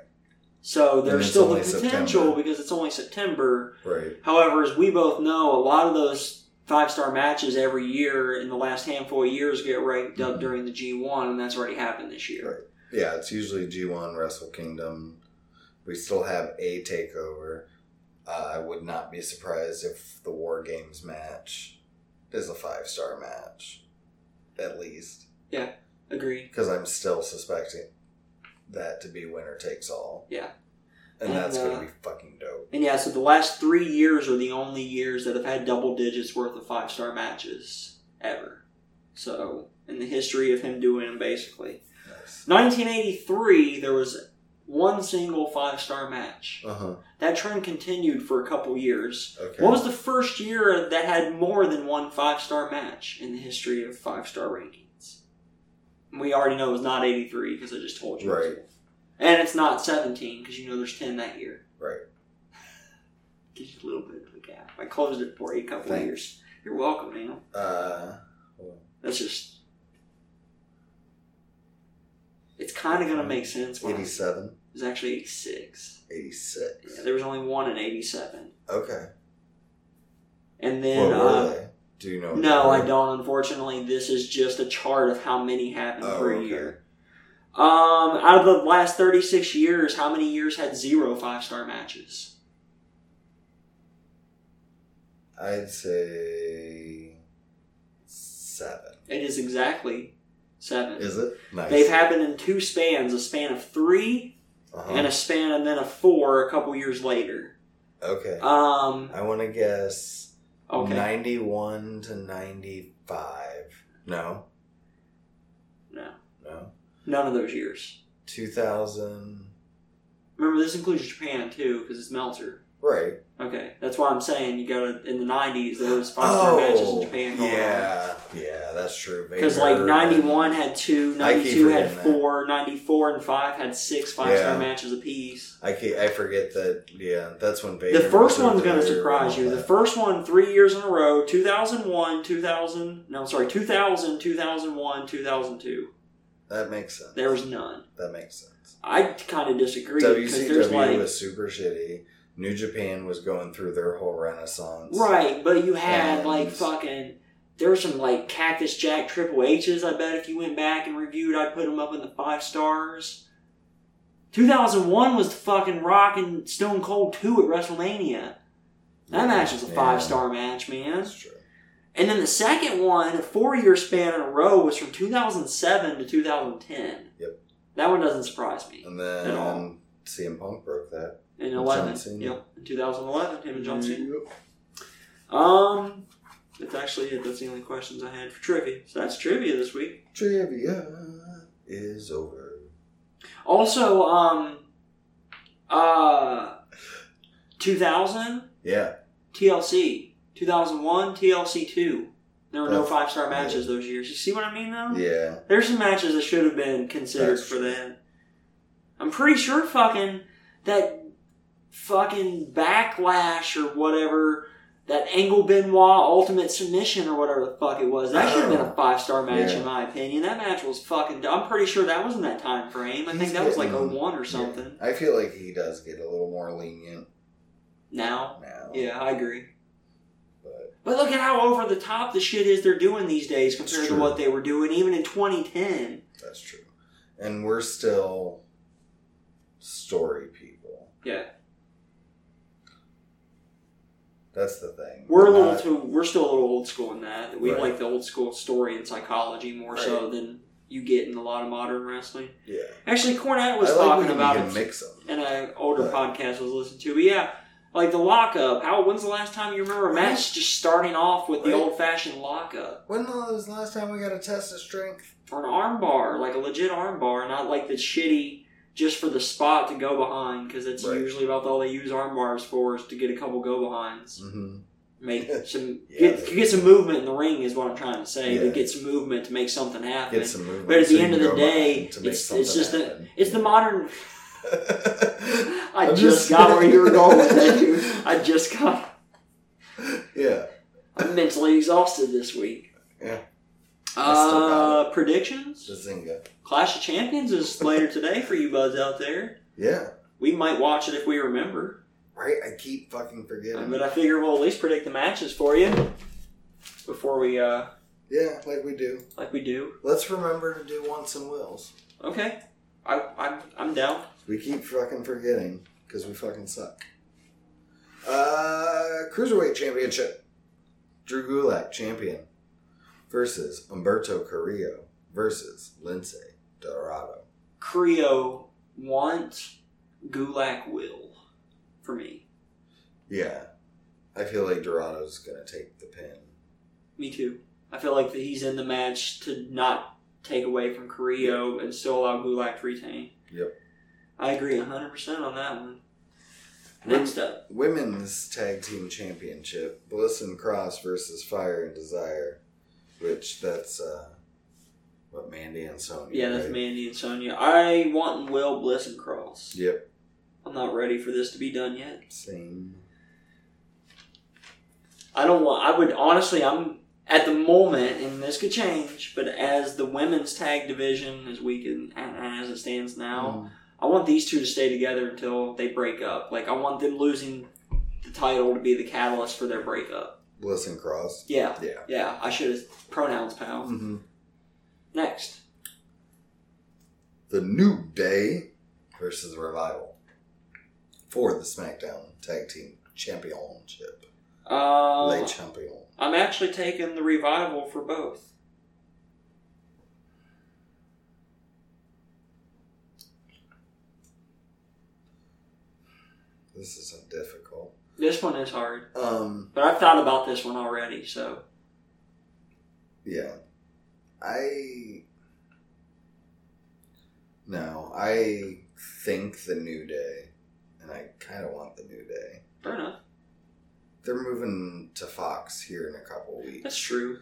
Speaker 2: So
Speaker 1: And
Speaker 2: there's
Speaker 1: it's
Speaker 2: still
Speaker 1: only
Speaker 2: the potential
Speaker 1: September.
Speaker 2: because it's only September.
Speaker 1: Right.
Speaker 2: However, as we both know, a lot of those five star matches every year in the last handful of years get ranked up
Speaker 1: Mhm.
Speaker 2: during the G1, and that's already happened this year.
Speaker 1: Yeah, it's usually G1, Wrestle Kingdom. We still have a takeover. Uh, I would not be surprised if the War Games match is a five star match, at least.
Speaker 2: Agreed.
Speaker 1: Because I'm still suspecting that to be winner takes all.
Speaker 2: Yeah.
Speaker 1: And,
Speaker 2: And,
Speaker 1: that's
Speaker 2: uh,
Speaker 1: going to be fucking dope.
Speaker 2: And yeah, so the last three years are the only years that have had double digits worth of five star matches ever. So in the history of him doing them, basically,
Speaker 1: Nice.
Speaker 2: 1983 there was one single five star match.
Speaker 1: Uh huh.
Speaker 2: That trend continued for a couple years.
Speaker 1: Okay.
Speaker 2: What was the first year that had more than one five star match in the history of five star rankings? We already know it was not 83 because I just told you.
Speaker 1: Right.
Speaker 2: And it's not 17 because you know there's 10 that year.
Speaker 1: Right.
Speaker 2: Just a little bit of a gap. I closed it for you a couple of
Speaker 1: Thanks.
Speaker 2: years. You're welcome, man.
Speaker 1: Uh, well,
Speaker 2: That's just. It's kind of going to make sense. When I- it
Speaker 1: 87,
Speaker 2: was actually 86.
Speaker 1: 86.
Speaker 2: Yeah, there was only one in 87.
Speaker 1: Okay.
Speaker 2: And
Speaker 1: what
Speaker 2: then. uh,
Speaker 1: were they? Do you know? what
Speaker 2: No,
Speaker 1: they
Speaker 2: I
Speaker 1: were?
Speaker 2: don't. Unfortunately, this is just a chart of how many happen
Speaker 1: Oh,
Speaker 2: per
Speaker 1: okay.
Speaker 2: year. Um, out of the last 36 years, how many years had zero five star matches?
Speaker 1: I'd say seven.
Speaker 2: It is exactly seven.
Speaker 1: Is it? Nice.
Speaker 2: They've happened in two spans a span of 3
Speaker 1: Uh-huh.
Speaker 2: and a span and then a four a couple years later.
Speaker 1: okay.
Speaker 2: Um,
Speaker 1: I want to guess
Speaker 2: okay.
Speaker 1: 91 to 95. No?
Speaker 2: No,
Speaker 1: No.
Speaker 2: none of those years.
Speaker 1: 2000.
Speaker 2: Remember, this includes Japan too because it's Meltzer.
Speaker 1: Right.
Speaker 2: Okay, that's why I'm saying you go to, in the 90s, there was five star matches in Japan. going on.
Speaker 1: Oh, yeah. Yeah, that's true.
Speaker 2: Because like
Speaker 1: Vader and-
Speaker 2: 91 had two,
Speaker 1: I keep
Speaker 2: 92 had
Speaker 1: forgetting that.
Speaker 2: four, 94 and 5 had six five star
Speaker 1: Yeah.
Speaker 2: matches apiece.
Speaker 1: I, ca- I forget that. Yeah, that's when Vader.
Speaker 2: The first
Speaker 1: was
Speaker 2: one's going to
Speaker 1: there and
Speaker 2: surprise
Speaker 1: all
Speaker 2: you. The
Speaker 1: that.
Speaker 2: first one, three years in a row 2001, 2000, no, sorry, 2000, 2001, 2002.
Speaker 1: that makes sense.
Speaker 2: There was none.
Speaker 1: that makes sense.
Speaker 2: I kind of disagree because there's
Speaker 1: WCW
Speaker 2: like.
Speaker 1: was super shitty. New Japan was going through their whole renaissance.
Speaker 2: Right, but you had
Speaker 1: And-
Speaker 2: like fucking. There were some like Cactus Jack Triple H's. I bet if you went back and reviewed, I'd put them up in the five stars. 2001 was the fucking Rock and Stone Cold 2 at WrestleMania.
Speaker 1: Yeah,
Speaker 2: That match was a
Speaker 1: yeah.
Speaker 2: five star match, man.
Speaker 1: That's true.
Speaker 2: And then the second one, a four year span in a row, was from 2007 to 2010.
Speaker 1: Yep.
Speaker 2: That one doesn't surprise me.
Speaker 1: And
Speaker 2: At all.
Speaker 1: then CM Punk broke that.
Speaker 2: in
Speaker 1: John
Speaker 2: 11.
Speaker 1: Cena.
Speaker 2: Yeah, in 2011, him and
Speaker 1: Mm,
Speaker 2: John Cena.
Speaker 1: Yep.
Speaker 2: Um, that's actually it. That's the only questions I had for trivia. So that's trivia this week.
Speaker 1: Trivia is over.
Speaker 2: Also, um, uh, 2000
Speaker 1: Yeah,
Speaker 2: TLC, 2001 TLC two. There were no
Speaker 1: That's-
Speaker 2: five star matches those years. You see what I mean, though?
Speaker 1: yeah.
Speaker 2: There's some matches that should have been considered
Speaker 1: That's
Speaker 2: for that. I'm pretty sure fucking that fucking backlash or whatever that Angle Benoit ultimate submission or whatever the fuck it was. That should have been a five star match
Speaker 1: Oh, Yeah.
Speaker 2: in my opinion. That match was fucking I'm pretty sure that was in that time frame. I think
Speaker 1: He's
Speaker 2: that was like
Speaker 1: getting-
Speaker 2: 01 or something.
Speaker 1: I feel like he does get a little more lenient
Speaker 2: Now.
Speaker 1: now.
Speaker 2: Yeah, I agree.
Speaker 1: But
Speaker 2: But look at how over the top the shit is they're doing these days
Speaker 1: That's
Speaker 2: compared to
Speaker 1: true.
Speaker 2: what they were doing even in 2010.
Speaker 1: that's true. And we're still story people.
Speaker 2: Yeah.
Speaker 1: That's the thing.
Speaker 2: We're a
Speaker 1: Not-
Speaker 2: little too. We're still a little old school in that. We
Speaker 1: Uh, Right.
Speaker 2: like the old school story and psychology more so than you get in a lot of modern wrestling.
Speaker 1: Yeah.
Speaker 2: Actually, Cornette was
Speaker 1: I like
Speaker 2: talking
Speaker 1: when
Speaker 2: about
Speaker 1: you can
Speaker 2: it
Speaker 1: mix them.
Speaker 2: in an older
Speaker 1: Right.
Speaker 2: podcast I was listening to. But yeah, like the lockup. How? When's the last time you remember a match just starting off with the
Speaker 1: Right.
Speaker 2: old fashioned lockup
Speaker 1: When was the last time we got a test of strength?
Speaker 2: or an armbar, like a legit armbar, not like the shitty just for the spot to go behind because that's
Speaker 1: Right.
Speaker 2: usually about all they use armbars for is to get a couple go behinds.
Speaker 1: Mm-hmm.
Speaker 2: make some
Speaker 1: Yeah.
Speaker 2: get, get some movement in the ring is what I'm trying to say.
Speaker 1: Yeah.
Speaker 2: But get some movement to make something happen.
Speaker 1: Get some movement.
Speaker 2: But at the
Speaker 1: so you
Speaker 2: end of
Speaker 1: can
Speaker 2: the
Speaker 1: go behind
Speaker 2: day,
Speaker 1: to make
Speaker 2: it's
Speaker 1: something
Speaker 2: it's just the
Speaker 1: happen.
Speaker 2: it's the modern. I
Speaker 1: I'm
Speaker 2: just, got where you were going with that,
Speaker 1: saying.
Speaker 2: dude. I just got.
Speaker 1: yeah.
Speaker 2: I'm mentally exhausted this week.
Speaker 1: Yeah. I still got
Speaker 2: Uh, predictions.
Speaker 1: Bazinga.
Speaker 2: Clash of Champions is later today for you buds out there.
Speaker 1: Yeah.
Speaker 2: We might watch it if we remember,
Speaker 1: Right? I keep fucking forgetting.
Speaker 2: but I figure we'll at least predict the matches for you before we, uh,
Speaker 1: yeah, like we do.
Speaker 2: like we do.
Speaker 1: Let's remember to do once and wills.
Speaker 2: Okay, I, I'm I'm down.
Speaker 1: We keep fucking forgetting because we fucking suck. Uh, Cruiserweight Championship. Drew Gulak, champion, versus Umberto Carrillo versus Lince Dorado.
Speaker 2: Creo want, Gulak will, for me.
Speaker 1: Yeah. I feel like Dorado's going to take the pin.
Speaker 2: Me too. I feel like that he's in the match to not take away from Creo and still allow Gulak to retain.
Speaker 1: Yep.
Speaker 2: I agree 100% on that one. Next up,
Speaker 1: Women's Tag Team Championship Bliss and Cross versus Fire and Desire, which that's uh, what Mandy and Sonya.
Speaker 2: yeah, that's
Speaker 1: right?
Speaker 2: Mandy and Sonya. I want Will Bliss and Cross.
Speaker 1: Yep,
Speaker 2: I'm not ready for this to be done yet.
Speaker 1: same.
Speaker 2: I don't want. I would honestly. I'm at the moment, and this could change. But as the women's tag division is weak and as it stands
Speaker 1: Mm-hmm.
Speaker 2: now, I want these two to stay together until they break up. Like I want them losing the title to be the catalyst for their breakup.
Speaker 1: Bliss and Cross.
Speaker 2: Yeah,
Speaker 1: Yeah.
Speaker 2: yeah. I should have pronouns, pal.
Speaker 1: Mm-hmm.
Speaker 2: Next,
Speaker 1: The New Day versus Revival for the SmackDown Tag Team Championship.
Speaker 2: um,
Speaker 1: Lay Champion.
Speaker 2: I'm actually taking the revival for both.
Speaker 1: This isn't difficult.
Speaker 2: This one is hard,
Speaker 1: Um.
Speaker 2: but I've thought about this one already. So
Speaker 1: Yeah. I. No, I think the New Day, and I kind of want the New Day.
Speaker 2: fair enough.
Speaker 1: They're moving to Fox here in a couple weeks.
Speaker 2: That's true.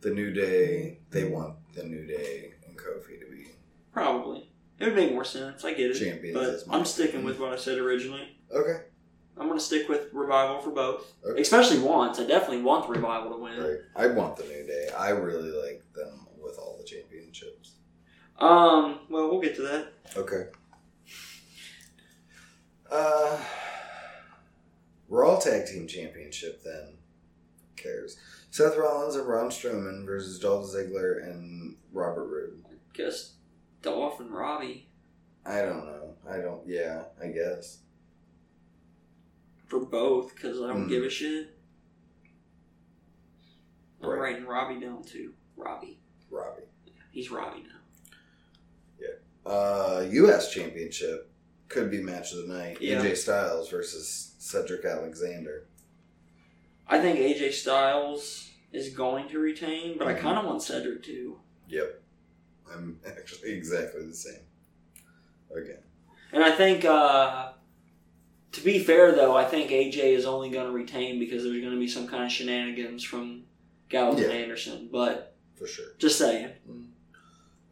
Speaker 1: The New Day, they want the New Day and Kofi to be
Speaker 2: Probably it would make more sense. I get it,
Speaker 1: champions.
Speaker 2: but
Speaker 1: is my
Speaker 2: I'm sticking
Speaker 1: opinion.
Speaker 2: with what I said originally.
Speaker 1: Okay.
Speaker 2: I'm gonna stick with revival for both,
Speaker 1: Okay.
Speaker 2: especially once. I definitely want the revival to win.
Speaker 1: Right. I want the New Day. I really like them with all the championships.
Speaker 2: Um, well, we'll get to that.
Speaker 1: Okay. Uh, we're all tag team championship then. Who cares? Seth Rollins and Braun Strowman versus Dolph Ziggler and Robert Roode.
Speaker 2: guess Dolph and Robbie
Speaker 1: I don't know. I don't. Yeah, I guess.
Speaker 2: for both because I don't
Speaker 1: Mm.
Speaker 2: give a shit. I'm
Speaker 1: Right.
Speaker 2: writing Robbie down too. Robbie,
Speaker 1: Robbie.
Speaker 2: he's Robbie now.
Speaker 1: Uh, U.S. Championship. could be match of the night.
Speaker 2: Yeah.
Speaker 1: AJ Styles versus Cedric Alexander.
Speaker 2: I think AJ Styles is going to retain, but I
Speaker 1: Hmm.
Speaker 2: kind of want Cedric to.
Speaker 1: Yep. I'm actually exactly the same. Again.
Speaker 2: And I think, uh, to be fair though, I think AJ is only going to retain because there's going to be some kind of shenanigans from Gallows and
Speaker 1: Yeah.
Speaker 2: Anderson. But
Speaker 1: For sure.
Speaker 2: just saying,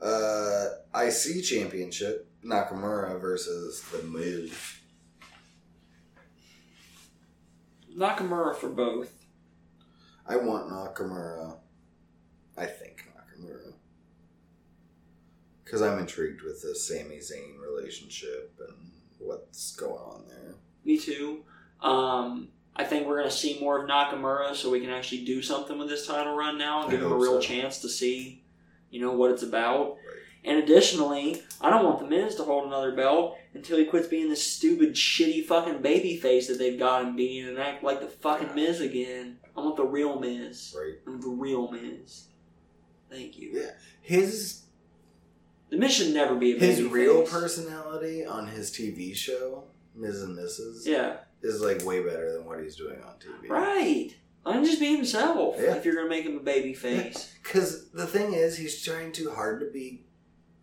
Speaker 1: Uh, IC Championship Nakamura versus The Miz.
Speaker 2: Nakamura for both.
Speaker 1: I want Nakamura. I think Nakamura. Because I'm intrigued with the Sami Zayn relationship and what's going on there.
Speaker 2: Me too. Um, I think we're going to see more of Nakamura, so we can actually do something with this title run now and
Speaker 1: I
Speaker 2: give him a
Speaker 1: hope
Speaker 2: real
Speaker 1: so.
Speaker 2: chance to see, you know, what it's about.
Speaker 1: Right.
Speaker 2: And additionally, I don't want the Miz to hold another belt until he quits being this stupid, shitty fucking baby face that they've got him being and act like the fucking Miz again. I want the real Miz.
Speaker 1: Right?
Speaker 2: I want the real Miz. Thank you.
Speaker 1: Yeah. His
Speaker 2: The Miz should never be a baby
Speaker 1: his real
Speaker 2: face.
Speaker 1: personality on his TV show, Ms. and Mrs.
Speaker 2: Yeah.
Speaker 1: is like way better than what he's doing on TV.
Speaker 2: Right. Let him just be himself.
Speaker 1: Yeah.
Speaker 2: If you're gonna make him a baby face,
Speaker 1: Because the thing is, he's trying too hard to be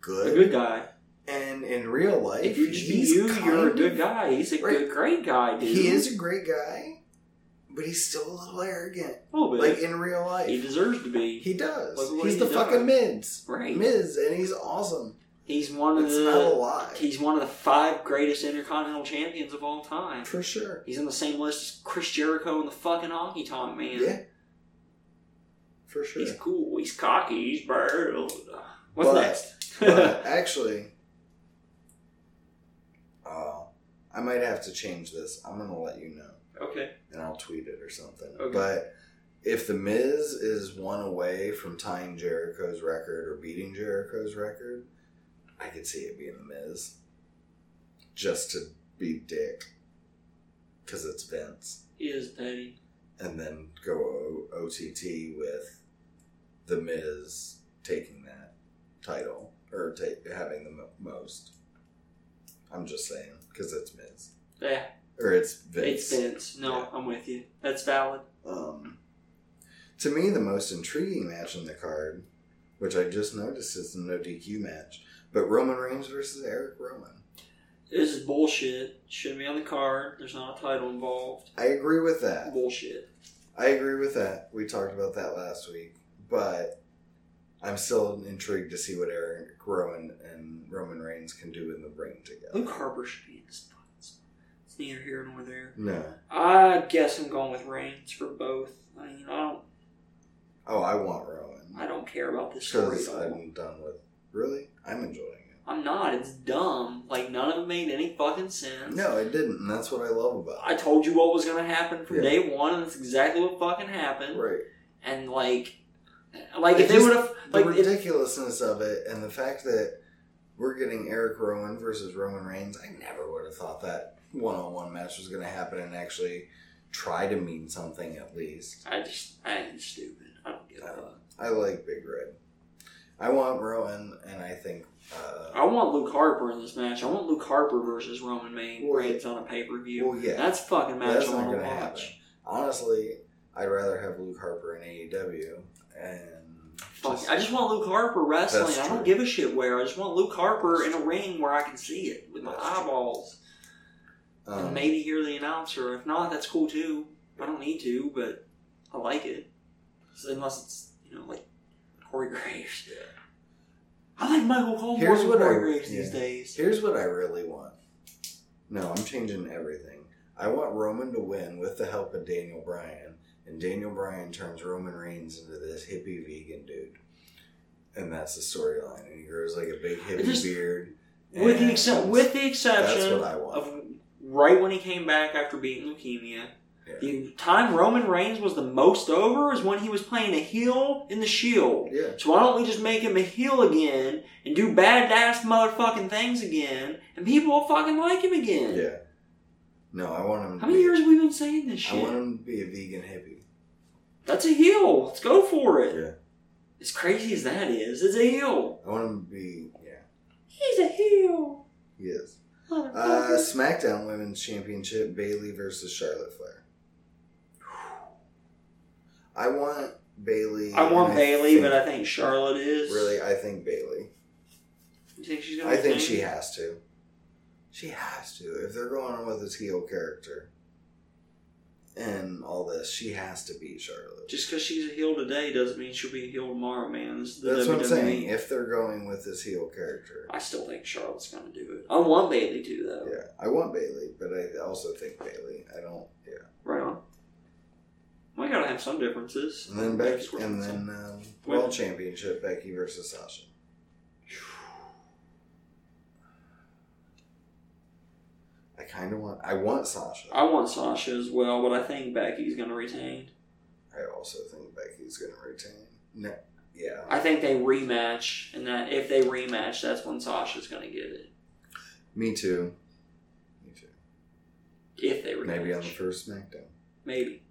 Speaker 2: a
Speaker 1: good.
Speaker 2: good guy.
Speaker 1: And in real life,
Speaker 2: If you're just
Speaker 1: he's
Speaker 2: you,
Speaker 1: kind
Speaker 2: you're a
Speaker 1: of-
Speaker 2: good guy. He's a
Speaker 1: Right.
Speaker 2: good, great guy, dude.
Speaker 1: He is a great guy, but he's still a little arrogant.
Speaker 2: a little bit.
Speaker 1: Like in real
Speaker 2: he
Speaker 1: life.
Speaker 2: deserves to be.
Speaker 1: He does.
Speaker 2: Look what
Speaker 1: He's
Speaker 2: he
Speaker 1: the
Speaker 2: does.
Speaker 1: fucking Miz.
Speaker 2: right.
Speaker 1: Miz, and he's awesome.
Speaker 2: He's one of
Speaker 1: It's not a
Speaker 2: the.
Speaker 1: lie.
Speaker 2: He's one of the five greatest intercontinental champions of all time.
Speaker 1: For sure.
Speaker 2: He's on the same list as Chris Jericho and the fucking Honky Tonk Man.
Speaker 1: Yeah. For sure.
Speaker 2: He's cool. He's cocky. He's bald. What's
Speaker 1: But-
Speaker 2: next?
Speaker 1: but actually, uh, I might have to change this. I'm going to let you know,
Speaker 2: okay.
Speaker 1: and I'll tweet it or something.
Speaker 2: Okay.
Speaker 1: But if The Miz is one away from tying Jericho's record or beating Jericho's record, I could see it being The Miz. Just to be dick. Because it's Vince.
Speaker 2: He is petty.
Speaker 1: and then go o- OTT with the Miz taking that title or ta- having the mo- most. I'm just saying because it's Miz
Speaker 2: Yeah,
Speaker 1: or it's Vince.
Speaker 2: it's Vince. No,
Speaker 1: Yeah.
Speaker 2: I'm with you. That's valid.
Speaker 1: Um, to me, the most intriguing match in the card, which I just noticed, is the no DQ match, but Roman Reigns versus Eric Roman.
Speaker 2: This is bullshit. Shouldn't be on the card. There's not a title involved.
Speaker 1: I agree with that.
Speaker 2: Bullshit.
Speaker 1: I agree with that. We talked about that last week, but I'm still intrigued to see what Eric Rowan and Roman Reigns can do in the ring together.
Speaker 2: Luke Harper should be in this spot. It's neither here nor there.
Speaker 1: No.
Speaker 2: I guess I'm going with Reigns for both. I mean, I don't,
Speaker 1: Oh, I want Rowan
Speaker 2: I don't care about this story
Speaker 1: because
Speaker 2: at all.
Speaker 1: I'm done with. Really, I'm enjoying
Speaker 2: I'm not. It's dumb. Like none of it made any fucking
Speaker 1: it.
Speaker 2: sense.
Speaker 1: No, it didn't. and That's what I love about
Speaker 2: I
Speaker 1: it.
Speaker 2: told you what was gonna happen from
Speaker 1: Yeah.
Speaker 2: day one, and that's exactly what fucking happened.
Speaker 1: Right.
Speaker 2: And like, like
Speaker 1: It
Speaker 2: if they
Speaker 1: just-
Speaker 2: would have,
Speaker 1: The
Speaker 2: like, if,
Speaker 1: ridiculousness of it and the fact that we're getting Eric Rowan versus Roman Reigns, I never would have thought that one-on-one match was going to happen and actually try to mean something at least. Uh,
Speaker 2: I just, I am stupid. I don't give a fuck.
Speaker 1: I like Big Red. I want Rowan, and I think. Uh,
Speaker 2: I want Luke Harper in this match. I want Luke Harper versus Roman Main
Speaker 1: Well,
Speaker 2: Reigns on a pay per view.
Speaker 1: well, yeah.
Speaker 2: That's a fucking match
Speaker 1: That's
Speaker 2: I
Speaker 1: not
Speaker 2: want to
Speaker 1: gonna happen.
Speaker 2: watch.
Speaker 1: Honestly, I'd rather have Luke Harper in AEW, and
Speaker 2: Fuck, I just want Luke Harper wrestling.
Speaker 1: That's
Speaker 2: I don't
Speaker 1: true.
Speaker 2: give a shit where. I just want Luke Harper
Speaker 1: That's
Speaker 2: in a ring where I can see it with my
Speaker 1: That's true.
Speaker 2: eyeballs and
Speaker 1: um,
Speaker 2: maybe hear the announcer. If not, that's cool too. I don't need to, but I like it. So unless it's you know like Corey Graves.
Speaker 1: Yeah.
Speaker 2: I like Michael Cole more
Speaker 1: Here's
Speaker 2: than
Speaker 1: what I-
Speaker 2: Corey Graves these
Speaker 1: yeah.
Speaker 2: days.
Speaker 1: Here's what I really want. No, I'm changing everything. I want Roman to win with the help of Daniel Bryan, and Daniel Bryan turns Roman Reigns into this hippie vegan dude, and that's the storyline. And he grows like a big hippie
Speaker 2: just-
Speaker 1: beard.
Speaker 2: With the
Speaker 1: and
Speaker 2: except with the
Speaker 1: that's
Speaker 2: exception
Speaker 1: what I want.
Speaker 2: of right when he came back after beating leukemia.
Speaker 1: Yeah.
Speaker 2: The time Roman Reigns was the most over is when he was playing a heel in the Shield.
Speaker 1: yeah.
Speaker 2: So why don't we just make him a heel again and do badass motherfucking things again, and people will fucking like him again?
Speaker 1: Yeah. No, I want him. To
Speaker 2: How many
Speaker 1: be,
Speaker 2: years have we been saying this
Speaker 1: I
Speaker 2: shit?
Speaker 1: want him to be a vegan hippie.
Speaker 2: That's a heel. Let's go for it.
Speaker 1: Yeah.
Speaker 2: As crazy as that is, it's a heel.
Speaker 1: I want him to be. Yeah,
Speaker 2: He's a heel.
Speaker 1: he is. Uh, SmackDown Women's Championship: Bailey versus Charlotte Flair. I want Bailey.
Speaker 2: I want
Speaker 1: and
Speaker 2: Bailey,
Speaker 1: think-
Speaker 2: but I think Charlotte is.
Speaker 1: really, I think Bailey.
Speaker 2: You think she's gonna
Speaker 1: I think
Speaker 2: win?
Speaker 1: she has to. She has to. If they're going with a heel character and all this, she has to beat Charlotte.
Speaker 2: Just because she's a heel today doesn't mean she'll be a heel tomorrow, man. This is the E.
Speaker 1: That's
Speaker 2: WWE.
Speaker 1: what I'm saying. If they're going with this heel character,
Speaker 2: I still think Charlotte's gonna do it. I want Bailey to though.
Speaker 1: yeah, I want Bailey, but I also think Bailey. I don't. Yeah,
Speaker 2: Right on. We gotta have some differences.
Speaker 1: and then Becky,
Speaker 2: Just work
Speaker 1: and
Speaker 2: on some.
Speaker 1: then um, World Championship: Becky versus Sasha. I kind of want. I want Sasha.
Speaker 2: I want Sasha as well, but I think Becky's gonna retain.
Speaker 1: I also think Becky's gonna retain. No, yeah.
Speaker 2: I think they rematch, and that if they rematch, that's when Sasha's gonna get it.
Speaker 1: Me too. Me too.
Speaker 2: If they rematch,
Speaker 1: Maybe on the first SmackDown.
Speaker 2: maybe.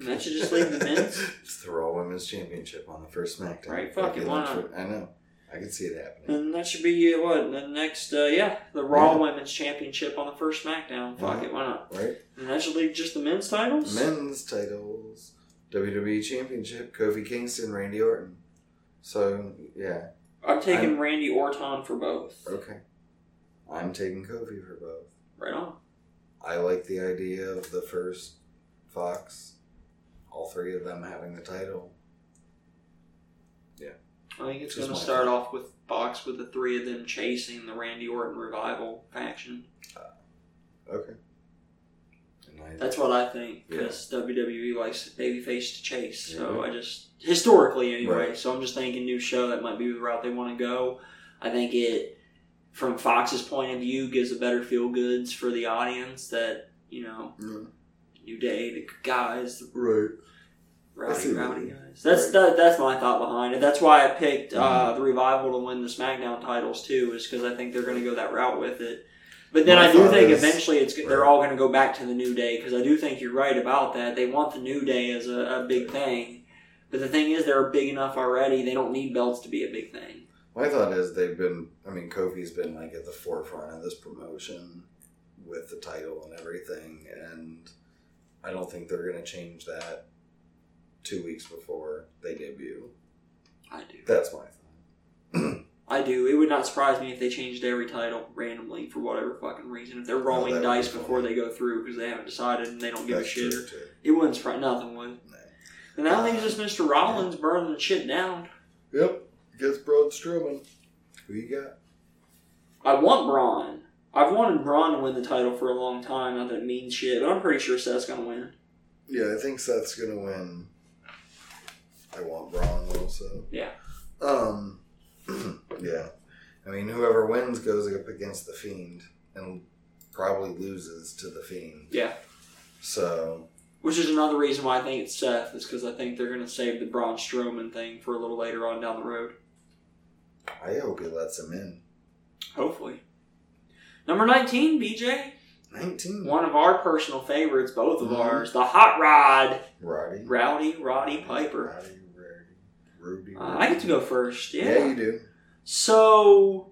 Speaker 2: And that should just leave the men's.
Speaker 1: It's the Raw Women's Championship on the first SmackDown.
Speaker 2: Right, fuck it, why not?
Speaker 1: I know. I can see it happening.
Speaker 2: And that should be uh, what the next, uh, yeah, the Raw
Speaker 1: Yeah.
Speaker 2: Women's Championship on the first SmackDown. Fuck
Speaker 1: Yeah.
Speaker 2: it, why not?
Speaker 1: Right?
Speaker 2: And that should leave just the men's titles.
Speaker 1: Men's titles. WWE Championship. Kofi Kingston, Randy Orton. So, yeah.
Speaker 2: I'm taking
Speaker 1: I'm-
Speaker 2: Randy Orton for both.
Speaker 1: Okay. I'm taking Kofi for both.
Speaker 2: Right on.
Speaker 1: I like the idea of the first Fox, all three of them having the title.
Speaker 2: I think it's
Speaker 1: Just
Speaker 2: going to
Speaker 1: my
Speaker 2: start off with Fox with the three of them chasing the Randy Orton revival faction.
Speaker 1: Okay. And I,
Speaker 2: That's what I think because WWE E likes babyface to chase. So
Speaker 1: Mhm.
Speaker 2: I just historically anyway.
Speaker 1: Right.
Speaker 2: So I'm just thinking new show that might be the route they want to go. I think it from Fox's point of view gives a better feel goods for the audience that you know
Speaker 1: Mm,
Speaker 2: New Day the guys the
Speaker 1: right.
Speaker 2: rowdy
Speaker 1: see what you
Speaker 2: rowdy guys. That's
Speaker 1: Right. Mm-hmm.
Speaker 2: that, that's my thought behind it. That's why I picked uh, the revival to win the SmackDown titles too, is because I think they're going to go that route with it. But then
Speaker 1: My
Speaker 2: I do
Speaker 1: thought
Speaker 2: think
Speaker 1: is-
Speaker 2: eventually it's go- they're
Speaker 1: Right.
Speaker 2: all going to go back to the New Day because I do think you're right about that. They want the New Day as a, a big thing, but the thing is they're big enough already. They don't need belts to be a big thing.
Speaker 1: My thought is they've been. I mean, Kofi's been like at the forefront of this promotion with the title and everything, and I don't think they're going to change that two weeks before they debut.
Speaker 2: I do.
Speaker 1: That's my thought.
Speaker 2: I do. It would not surprise me if they changed every title randomly for whatever fucking reason. If they're rolling
Speaker 1: that would be
Speaker 2: dice
Speaker 1: funny.
Speaker 2: before they go through because they haven't decided and they don't give
Speaker 1: That's
Speaker 2: a shit.
Speaker 1: true, too.
Speaker 2: It wouldn't surprise nothing would.
Speaker 1: No.
Speaker 2: And that leaves us Mr. Rollins burning shit down.
Speaker 1: Yep. Gets Braun Strowman. Who you got?
Speaker 2: I want Braun. I've wanted Braun to win the title for a long time. Not that it means shit, but I'm pretty sure Seth's gonna win.
Speaker 1: Yeah, I think Seth's gonna win. I want Braun also.
Speaker 2: Yeah.
Speaker 1: Um. yeah. I mean, whoever wins goes up against the Fiend and probably loses to the Fiend.
Speaker 2: Yeah.
Speaker 1: So
Speaker 2: Which is another reason why I think it's Seth, is because I think they're gonna save the Braun Strowman thing for a little later on down the road.
Speaker 1: I hope he lets him in.
Speaker 2: Hopefully. Number 19, BJ.
Speaker 1: Nineteen.
Speaker 2: One of our personal favorites, both of
Speaker 1: Mhm.
Speaker 2: ours, the Hot Rod,
Speaker 1: Roddy.
Speaker 2: Rowdy Roddy Piper.
Speaker 1: Roddy. Roddy. Rudy.
Speaker 2: Uh, I get to go first.
Speaker 1: Yeah, you do.
Speaker 2: So,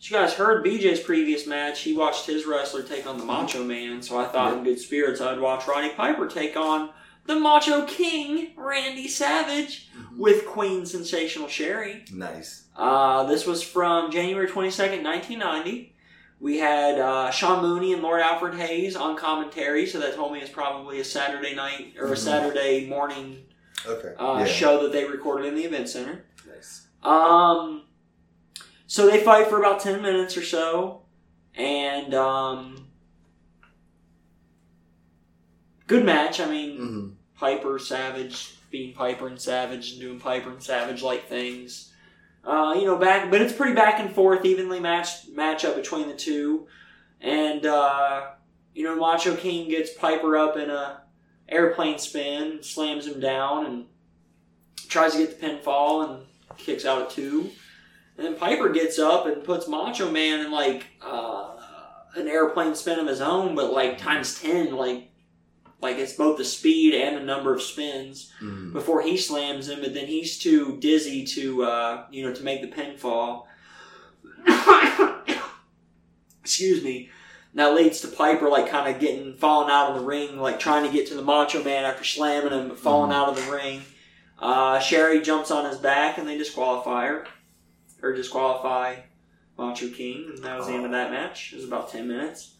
Speaker 2: as you guys heard BJ's previous match. He watched his wrestler take on the Macho Man. So I thought, in good spirits, I'd watch Roddy Piper take on the Macho King, Randy Savage, with Queen Sensational Sherry.
Speaker 1: Nice.
Speaker 2: Uh, this was from January 22nd, 1990. We had uh, Sean Mooney and Lord Alfred Hayes on commentary, so that told me it's probably a Saturday night or a
Speaker 1: Mhm.
Speaker 2: Saturday morning
Speaker 1: Okay.
Speaker 2: uh,
Speaker 1: yeah.
Speaker 2: show that they recorded in the event center.
Speaker 1: nice.
Speaker 2: Um, so they fight for about 10 minutes or so, and, um, good match. I mean,
Speaker 1: hmm
Speaker 2: Piper, Savage, being Piper and Savage, and doing Piper and Savage like things. Uh, you know, back, but it's pretty back and forth, evenly matched matchup between the two, and uh, you know, Macho King gets Piper up in a airplane spin, slams him down, and tries to get the pinfall and kicks out at two, and then Piper gets up and puts Macho Man in like uh, an airplane spin of his own, but like times ten, like like it's both the speed and the number of spins
Speaker 1: hmm
Speaker 2: before he slams him, but then he's too dizzy to uh, you know to make the pinfall. excuse me, that leads to Piper like kind of getting falling out of the ring, like trying to get to the Macho Man after slamming him, but falling out of the ring. Uh, Sherry jumps on his back and they disqualify her, or disqualify Macho King, and that was the end of that match. It was about ten minutes.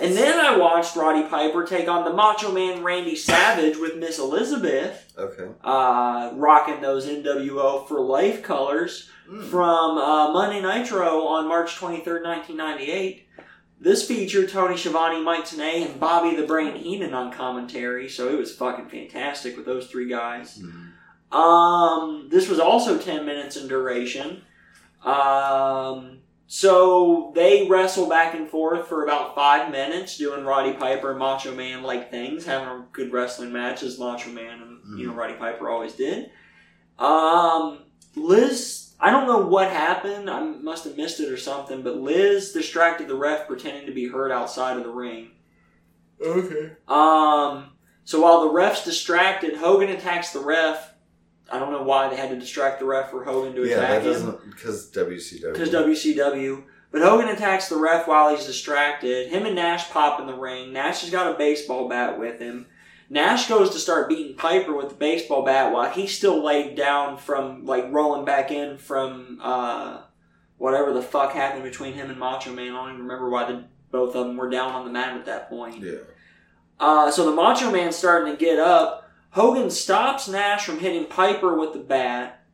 Speaker 2: And then I watched Roddy Piper take on the Macho Man Randy Savage with Miss Elizabeth,
Speaker 1: Okay.
Speaker 2: uh, rocking those NWO for life colors
Speaker 1: Mm.
Speaker 2: from uh, Monday Nitro on March 23rd, 1998. This featured Tony Schiavone, Mike Tenay, and Bobby the Brain Heenan on commentary, so it was fucking fantastic with those three guys.
Speaker 1: Mm.
Speaker 2: Um, this was also 10 minutes in duration. Um, so they wrestle back and forth for about five minutes, doing Roddy Piper and Macho Man like things, having a good wrestling match as Macho Man and you know Roddy Piper always did. Um, Liz, I don't know what happened. I must have missed it or something, but Liz distracted the ref, pretending to be hurt outside of the ring.
Speaker 1: Okay.
Speaker 2: Um, so while the ref's distracted, Hogan attacks the ref. I don't know why they had to distract the ref for Hogan to
Speaker 1: Yeah, that
Speaker 2: attack him.
Speaker 1: doesn't because WCW.
Speaker 2: Because WCW. But Hogan attacks the ref while he's distracted. Him and Nash pop in the ring. Nash has got a baseball bat with him. Nash goes to start beating Piper with the baseball bat while he's still laid down from, like, rolling back in from uh, whatever the fuck happened between him and Macho Man. I don't even remember why the, both of them were down on the mat at that point.
Speaker 1: Yeah.
Speaker 2: Uh, so the Macho Man's starting to get up. Hogan stops Nash from hitting Piper with the bat,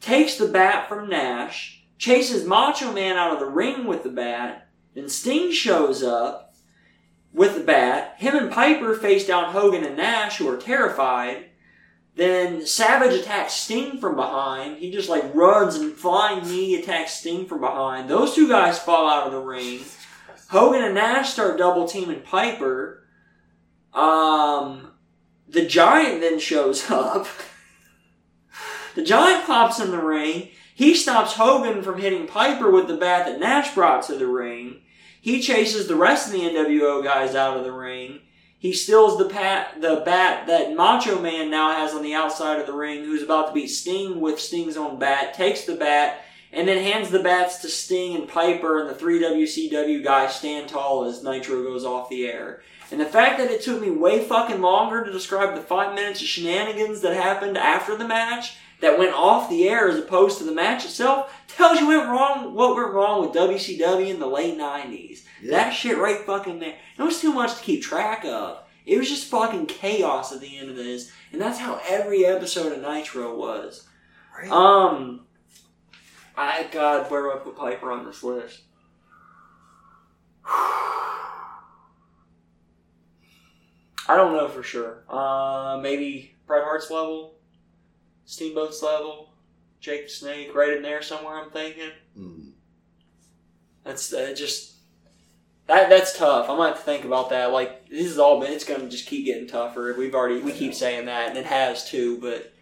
Speaker 2: takes the bat from Nash, chases Macho Man out of the ring with the bat, then Sting shows up with the bat. Him and Piper face down Hogan and Nash, who are terrified. Then Savage attacks Sting from behind. He just like runs and flying knee attacks Sting from behind. Those two guys fall out of the ring. Hogan and Nash start double teaming Piper. Um, the giant then shows up. the giant pops in the ring. He stops Hogan from hitting Piper with the bat that Nash brought to the ring. He chases the rest of the NWO guys out of the ring. He steals the pat, the bat that Macho Man now has on the outside of the ring, who's about to beat Sting with Sting's own bat. Takes the bat and then hands the bats to Sting and Piper, and the three WCW guys stand tall as Nitro goes off the air. And the fact that it took me way fucking longer to describe the five minutes of shenanigans that happened after the match that went off the air as opposed to the match itself tells you went wrong what went wrong with WCW in the late nineties. That shit right fucking there. It was too much to keep track of. It was just fucking chaos at the end of this, and that's how every episode of Nitro was.
Speaker 1: Right.
Speaker 2: Um, I God, where do I put Piper on this list? I don't know for sure. Uh, maybe Bret Hart's level, Steamboat's level, Jake the Snake, right in there somewhere. I'm thinking
Speaker 1: Mm.
Speaker 2: that's uh, just that that's tough. I'm gonna have to think about that. Like this is all been it's gonna just keep getting tougher. We've already we keep saying that and it has too, but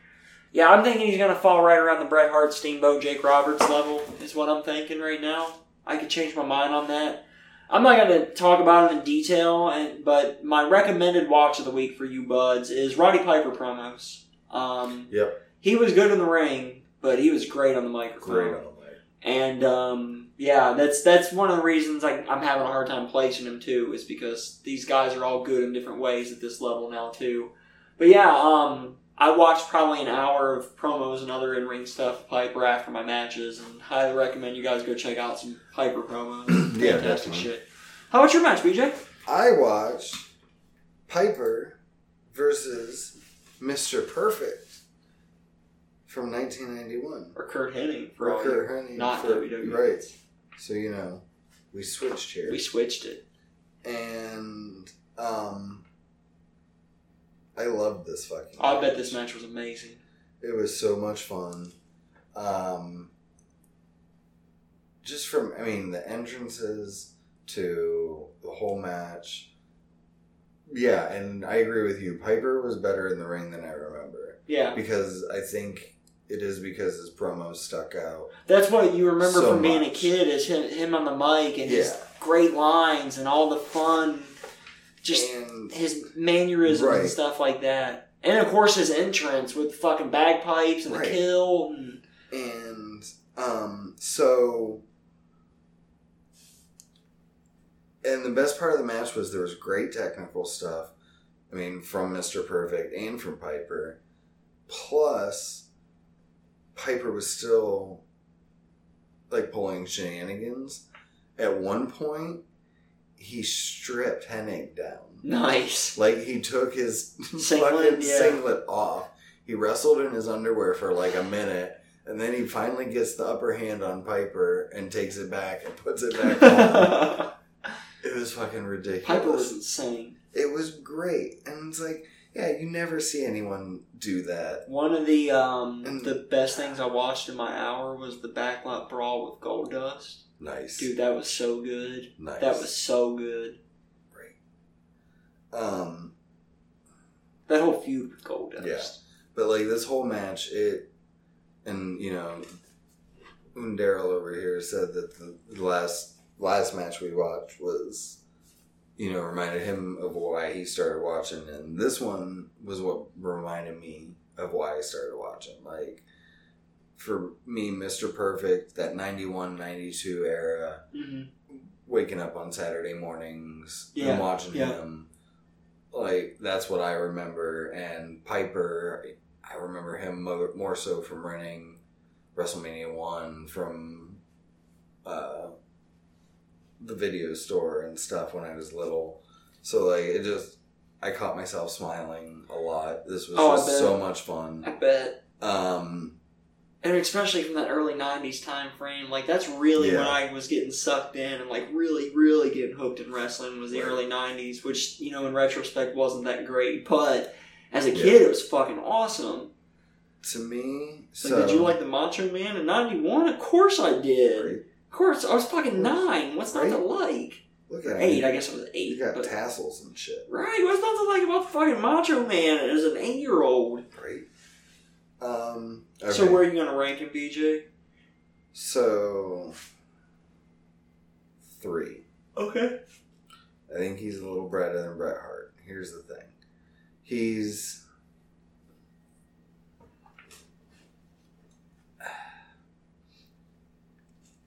Speaker 2: yeah, I'm thinking he's gonna fall right around the Bret Hart, Steamboat, Jake Roberts level is what I'm thinking right now. I could change my mind on that. I'm not gonna talk about it in detail, and but my recommended watch of the week for you buds is Roddy Piper promos. Um,
Speaker 1: Yep.
Speaker 2: He was good in the ring, but he was great on the microphone.
Speaker 1: Great on the mic.
Speaker 2: And um, yeah, that's that's one of the reasons I, I'm having a hard time placing him too, is because these guys are all good in different ways at this level now too. But yeah, um, I watched probably an hour of promos and other in ring stuff with Piper after my matches, and highly recommend you guys go check out some Piper promos.
Speaker 1: Yeah,
Speaker 2: Fantastic
Speaker 1: definitely.
Speaker 2: shit. How about your match, BJ?
Speaker 1: I watched Piper versus Mr. Perfect from 1991.
Speaker 2: Or Kurt Hennig for all you-
Speaker 1: Rucker Honey.
Speaker 2: not
Speaker 1: for-
Speaker 2: WWE.
Speaker 1: Right. So, you know, we switched here.
Speaker 2: We switched it.
Speaker 1: and, um, I loved this fucking
Speaker 2: I bet
Speaker 1: match.
Speaker 2: this match was amazing.
Speaker 1: It was so much fun. Um, just from, I mean, the entrances to the whole match. Yeah, and I agree with you. Piper was better in the ring than I remember
Speaker 2: Yeah,
Speaker 1: because I think it is because his promos stuck out.
Speaker 2: that's what you remember
Speaker 1: So
Speaker 2: from being a
Speaker 1: much.
Speaker 2: kid is him, him on the mic and his
Speaker 1: yeah,
Speaker 2: great lines and all the fun, just
Speaker 1: and
Speaker 2: his mannerisms
Speaker 1: Right.
Speaker 2: and stuff like that. And of course, his entrance with fucking bagpipes and the
Speaker 1: Right.
Speaker 2: kill. And,
Speaker 1: and um, so and the best part of the match was there was great technical stuff. I mean, from Mr. Perfect and from Piper. Plus, Piper was still like pulling shenanigans. At one point, he stripped Hennig down.
Speaker 2: Nice.
Speaker 1: Like he took his
Speaker 2: Singlet,
Speaker 1: fucking
Speaker 2: yeah.
Speaker 1: singlet off. He wrestled in his underwear for like a minute, and then he finally gets the upper hand on Piper and takes it back and puts it back on.
Speaker 2: Piper
Speaker 1: It was fucking ridiculous.
Speaker 2: was insane.
Speaker 1: It was great, and it's like, yeah, you never see anyone do that.
Speaker 2: One of the um,
Speaker 1: And-
Speaker 2: the best things I watched in my hour was the backlot brawl with Goldust.
Speaker 1: Nice,
Speaker 2: Dude, that was so good.
Speaker 1: nice.
Speaker 2: That was so good.
Speaker 1: great. Um,
Speaker 2: That whole feud with Goldust.
Speaker 1: Yeah. but like this whole match, it, and you know, Underl over here said that the the last last match we watched was, you know, reminded him of why he started watching, and this one was what reminded me of why I started watching. Like, for me, Mister Perfect, that 91, 92 era.
Speaker 2: Mhm.
Speaker 1: waking up on Saturday mornings
Speaker 2: Yeah,
Speaker 1: and watching
Speaker 2: yeah.
Speaker 1: him. Like that's what I remember. And Piper, I remember him mo- more so from running WrestleMania One from uh, the video store and stuff when I was little. So like it just, I caught myself smiling a lot. This was
Speaker 2: Oh, I
Speaker 1: just
Speaker 2: bet.
Speaker 1: so much
Speaker 2: I
Speaker 1: fun.
Speaker 2: bet.
Speaker 1: Um,
Speaker 2: And especially from that early 90s time frame, like that's really when
Speaker 1: Yeah.
Speaker 2: I was getting sucked in and like really, really getting hooked in wrestling was the
Speaker 1: Right.
Speaker 2: early 90s, which, you know, in retrospect wasn't that great. But as a
Speaker 1: Yeah.
Speaker 2: kid, it was fucking awesome.
Speaker 1: to me,
Speaker 2: Like,
Speaker 1: so
Speaker 2: did you like the Macho Man in 91? Of course I did.
Speaker 1: Right.
Speaker 2: Of course. I was
Speaker 1: Of
Speaker 2: fucking
Speaker 1: course.
Speaker 2: nine. What's not
Speaker 1: Right.
Speaker 2: to like?
Speaker 1: look
Speaker 2: Or
Speaker 1: at
Speaker 2: eight.
Speaker 1: him.
Speaker 2: I guess I was eight.
Speaker 1: You got
Speaker 2: but-
Speaker 1: tassels and shit.
Speaker 2: Right, what's not to like about fucking Macho Man as an eight year old?
Speaker 1: Great. Um,
Speaker 2: So
Speaker 1: okay.
Speaker 2: where are you gonna rank him, BJ?
Speaker 1: So three.
Speaker 2: Okay.
Speaker 1: I think he's a little brighter than Bret Hart. Here's the thing. He's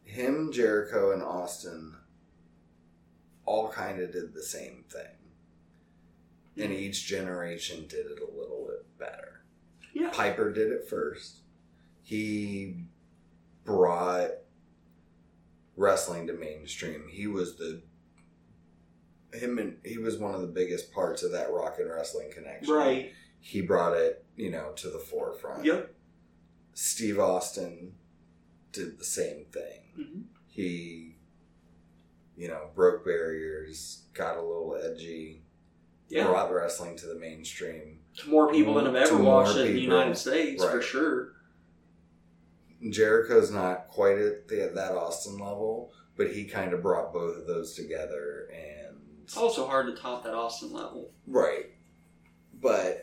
Speaker 1: him, Jericho, and Austin all kind of did the same thing. And each generation did it a little bit better.
Speaker 2: Yeah.
Speaker 1: Piper did it first. He brought wrestling to mainstream. He was the him and he was one of the biggest parts of that rock and wrestling connection.
Speaker 2: Right.
Speaker 1: He brought it, you know, to the forefront.
Speaker 2: Yep.
Speaker 1: Steve Austin did the same thing.
Speaker 2: Mhm.
Speaker 1: He, you know, broke barriers, got a little edgy,
Speaker 2: Yeah.
Speaker 1: brought wrestling to the mainstream.
Speaker 2: To more people than have
Speaker 1: To
Speaker 2: ever
Speaker 1: more
Speaker 2: watched it in the
Speaker 1: people.
Speaker 2: United States, for
Speaker 1: Right.
Speaker 2: sure.
Speaker 1: Jericho's not quite at the, that Austin level, but he kind of brought both of those together and
Speaker 2: It's also hard to top that Austin level.
Speaker 1: right. But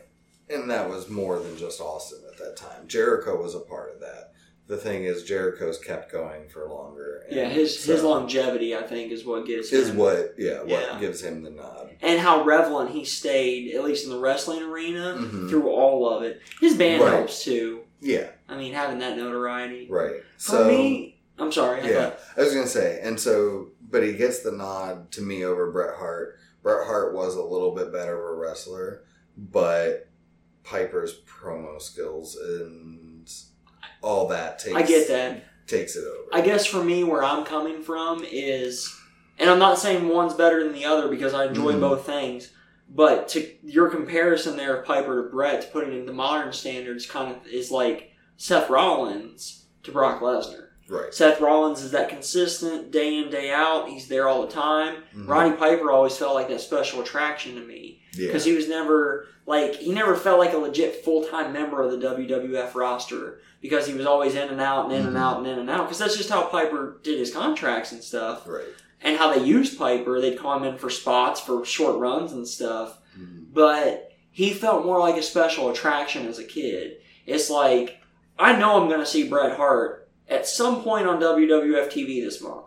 Speaker 1: and that was more than just Austin at that time. Jericho was a part of that. The thing is, Jericho's kept going for longer. and
Speaker 2: Yeah, his his
Speaker 1: so
Speaker 2: longevity, I think, is what gets
Speaker 1: is
Speaker 2: him.
Speaker 1: what yeah what
Speaker 2: Yeah.
Speaker 1: gives him the nod.
Speaker 2: and how relevant he stayed, at least in the wrestling arena,
Speaker 1: Mhm.
Speaker 2: through all of it. His band
Speaker 1: Right.
Speaker 2: helps too.
Speaker 1: Yeah,
Speaker 2: I mean, having that notoriety.
Speaker 1: right.
Speaker 2: For
Speaker 1: so
Speaker 2: me, I'm sorry. I
Speaker 1: Yeah,
Speaker 2: thought-
Speaker 1: I was gonna say, and so, but he gets the nod to me over Bret Hart. Bret Hart was a little bit better of a wrestler, but Piper's promo skills and all that takes
Speaker 2: I get that.
Speaker 1: takes it over.
Speaker 2: I guess for me, where I'm coming from is, and I'm not saying one's better than the other because I enjoy
Speaker 1: Mhm.
Speaker 2: both things. But to your comparison there of Piper to Brett, to put it into modern standards, kind of is like Seth Rollins to Brock Lesnar.
Speaker 1: right.
Speaker 2: Seth Rollins is that consistent day in day out. He's there all the time.
Speaker 1: Mhm.
Speaker 2: Roddy Piper always felt like that special attraction to me
Speaker 1: Yeah.
Speaker 2: because he was never like he never felt like a legit full time member of the WWF roster because he was always in and out and in and
Speaker 1: Mhm.
Speaker 2: out and in and out because that's just how Piper did his contracts and stuff
Speaker 1: Right.
Speaker 2: and how they used Piper they'd call him in for spots for short runs and stuff
Speaker 1: Mhm.
Speaker 2: but he felt more like a special attraction as a kid it's like I know I'm gonna see Bret Hart at some point on WWF TV this month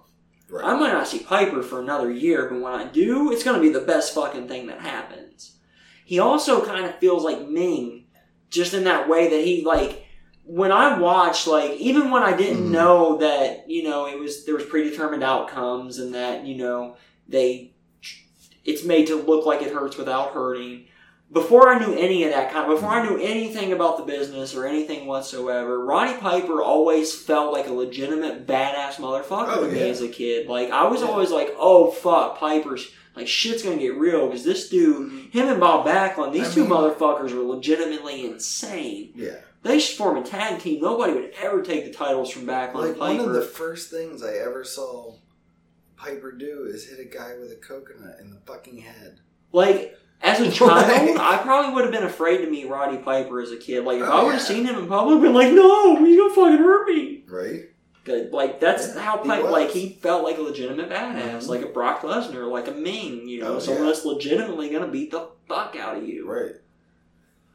Speaker 1: Right.
Speaker 2: I might not see Piper for another year, but when I do, it's going to be the best fucking thing that happens. He also kind of feels like Ming, just in that way that he like. When I watched, like, even when I didn't
Speaker 1: Mhm.
Speaker 2: know that you know it was there was predetermined outcomes and that you know they It's made to look like it hurts without hurting. Before I knew any of that kind, before I knew anything about the business or anything whatsoever, Ronnie Piper always felt like a legitimate badass motherfucker
Speaker 1: Oh,
Speaker 2: to me
Speaker 1: yeah.
Speaker 2: as a kid. Like I was
Speaker 1: Yeah.
Speaker 2: always like, "Oh fuck, Piper's like shit's gonna get real" because this dude, him and Bob Backlund, these
Speaker 1: I
Speaker 2: two
Speaker 1: mean-
Speaker 2: motherfuckers were legitimately insane.
Speaker 1: Yeah.
Speaker 2: They should form a tag team. Nobody would ever take the titles from Backlund
Speaker 1: Like
Speaker 2: and
Speaker 1: one
Speaker 2: Piper.
Speaker 1: of the first things I ever saw Piper do is hit a guy with a coconut in the fucking head.
Speaker 2: Like, as a child,
Speaker 1: Like-
Speaker 2: I probably would have been afraid to meet Roddy Piper as a kid. Like, if
Speaker 1: Oh,
Speaker 2: I would have
Speaker 1: yeah.
Speaker 2: seen him in public, I'd been like, no, he's gonna fucking hurt me.
Speaker 1: Right?
Speaker 2: But, Like, that's
Speaker 1: Yeah,
Speaker 2: how
Speaker 1: he
Speaker 2: Piper,
Speaker 1: was.
Speaker 2: like, he felt like a legitimate badass,
Speaker 1: Mhm.
Speaker 2: like a Brock Lesnar, like a Ming, you know,
Speaker 1: Oh,
Speaker 2: someone
Speaker 1: yeah.
Speaker 2: that's legitimately gonna beat the fuck out of you.
Speaker 1: Right.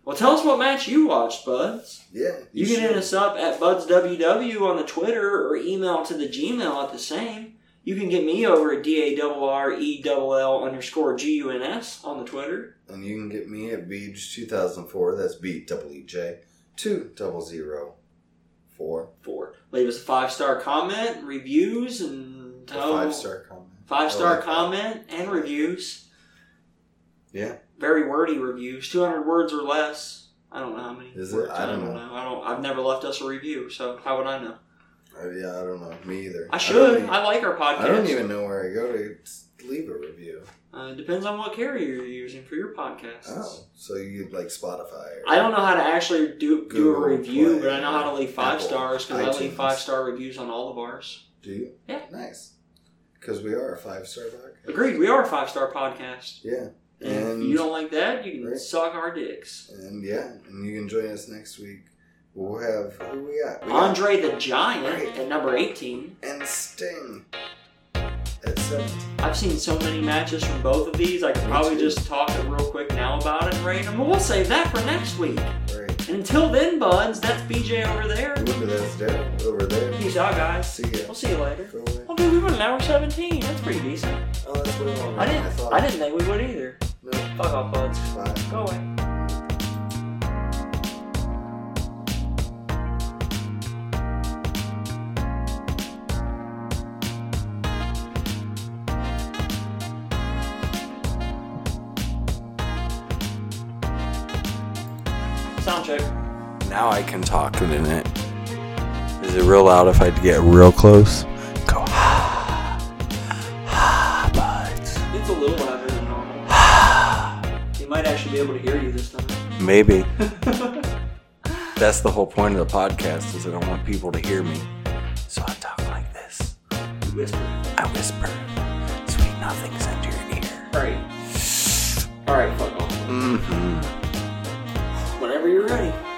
Speaker 2: Well, tell us what match you watched, Buds.
Speaker 1: Yeah.
Speaker 2: You, can hit us up at BudsWW on the Twitter or email to the Gmail at the same. You can get me over at D-A-R-R-E-L-L E underscore G-U-N-S on the Twitter.
Speaker 1: And you can get me at Beej2004. That's B double E J two double zero four.
Speaker 2: for. Leave us a five star comment, reviews, and
Speaker 1: A five star comment.
Speaker 2: five star
Speaker 1: I like that.
Speaker 2: Oh. comment and reviews.
Speaker 1: Yeah.
Speaker 2: very wordy reviews, two hundred words or less. I don't know how many.
Speaker 1: Is it?
Speaker 2: words.
Speaker 1: I don't
Speaker 2: know. I don't. I've never left us a review, so how would I know?
Speaker 1: Uh, yeah, I don't know. Me either.
Speaker 2: I should.
Speaker 1: don't
Speaker 2: I, like our
Speaker 1: even-
Speaker 2: podcast.
Speaker 1: I don't even know where I go to leave a review.
Speaker 2: Uh, depends on what carrier you're using for your podcast.
Speaker 1: Oh, so you like Spotify? Or,
Speaker 2: I don't know how to actually do do
Speaker 1: Google
Speaker 2: a review,
Speaker 1: Play,
Speaker 2: but I know how to leave five
Speaker 1: Apple,
Speaker 2: stars because I leave
Speaker 1: iTunes.
Speaker 2: five star reviews on all of ours.
Speaker 1: Do you?
Speaker 2: Yeah.
Speaker 1: Nice. Because we are a five star podcast.
Speaker 2: Agreed. We are a five star podcast.
Speaker 1: Yeah.
Speaker 2: And,
Speaker 1: And
Speaker 2: if you don't like that, you can
Speaker 1: Right.
Speaker 2: suck our dicks.
Speaker 1: and yeah, and you can join us next week. We'll have who we got? We got
Speaker 2: Andre the Giant
Speaker 1: Right.
Speaker 2: at number 18.
Speaker 1: and Sting at seventeen.
Speaker 2: I've seen so many matches from both of these, I could
Speaker 1: Me
Speaker 2: probably
Speaker 1: too.
Speaker 2: just talk real quick now about it and rate them. But we'll save that for next week.
Speaker 1: Right.
Speaker 2: And until then, buds, that's BJ over there.
Speaker 1: Look at that step over there.
Speaker 2: Peace out, guys.
Speaker 1: See ya.
Speaker 2: We'll see you later.
Speaker 1: Go away.
Speaker 2: Oh, dude, we went an hour 17. That's pretty decent.
Speaker 1: Oh, that's what I wanted.
Speaker 2: I didn't,
Speaker 1: thought.
Speaker 2: I didn't think we would either.
Speaker 1: No.
Speaker 2: Fuck off, buds.
Speaker 1: Bye.
Speaker 2: Go away. Sound check.
Speaker 1: Now I can talk in it. Is it real loud if I get real close? Go, ah, ah, buds.
Speaker 2: It's a little louder than normal. He might actually be able to hear you this time.
Speaker 1: Maybe. That's the whole point of the podcast is I don't want people to hear me. So I talk like this.
Speaker 2: Whisper.
Speaker 1: I whisper sweet nothings into your ear.
Speaker 2: Alright. Alright, fuck off.
Speaker 1: Mm-hmm.
Speaker 2: Whenever you're ready.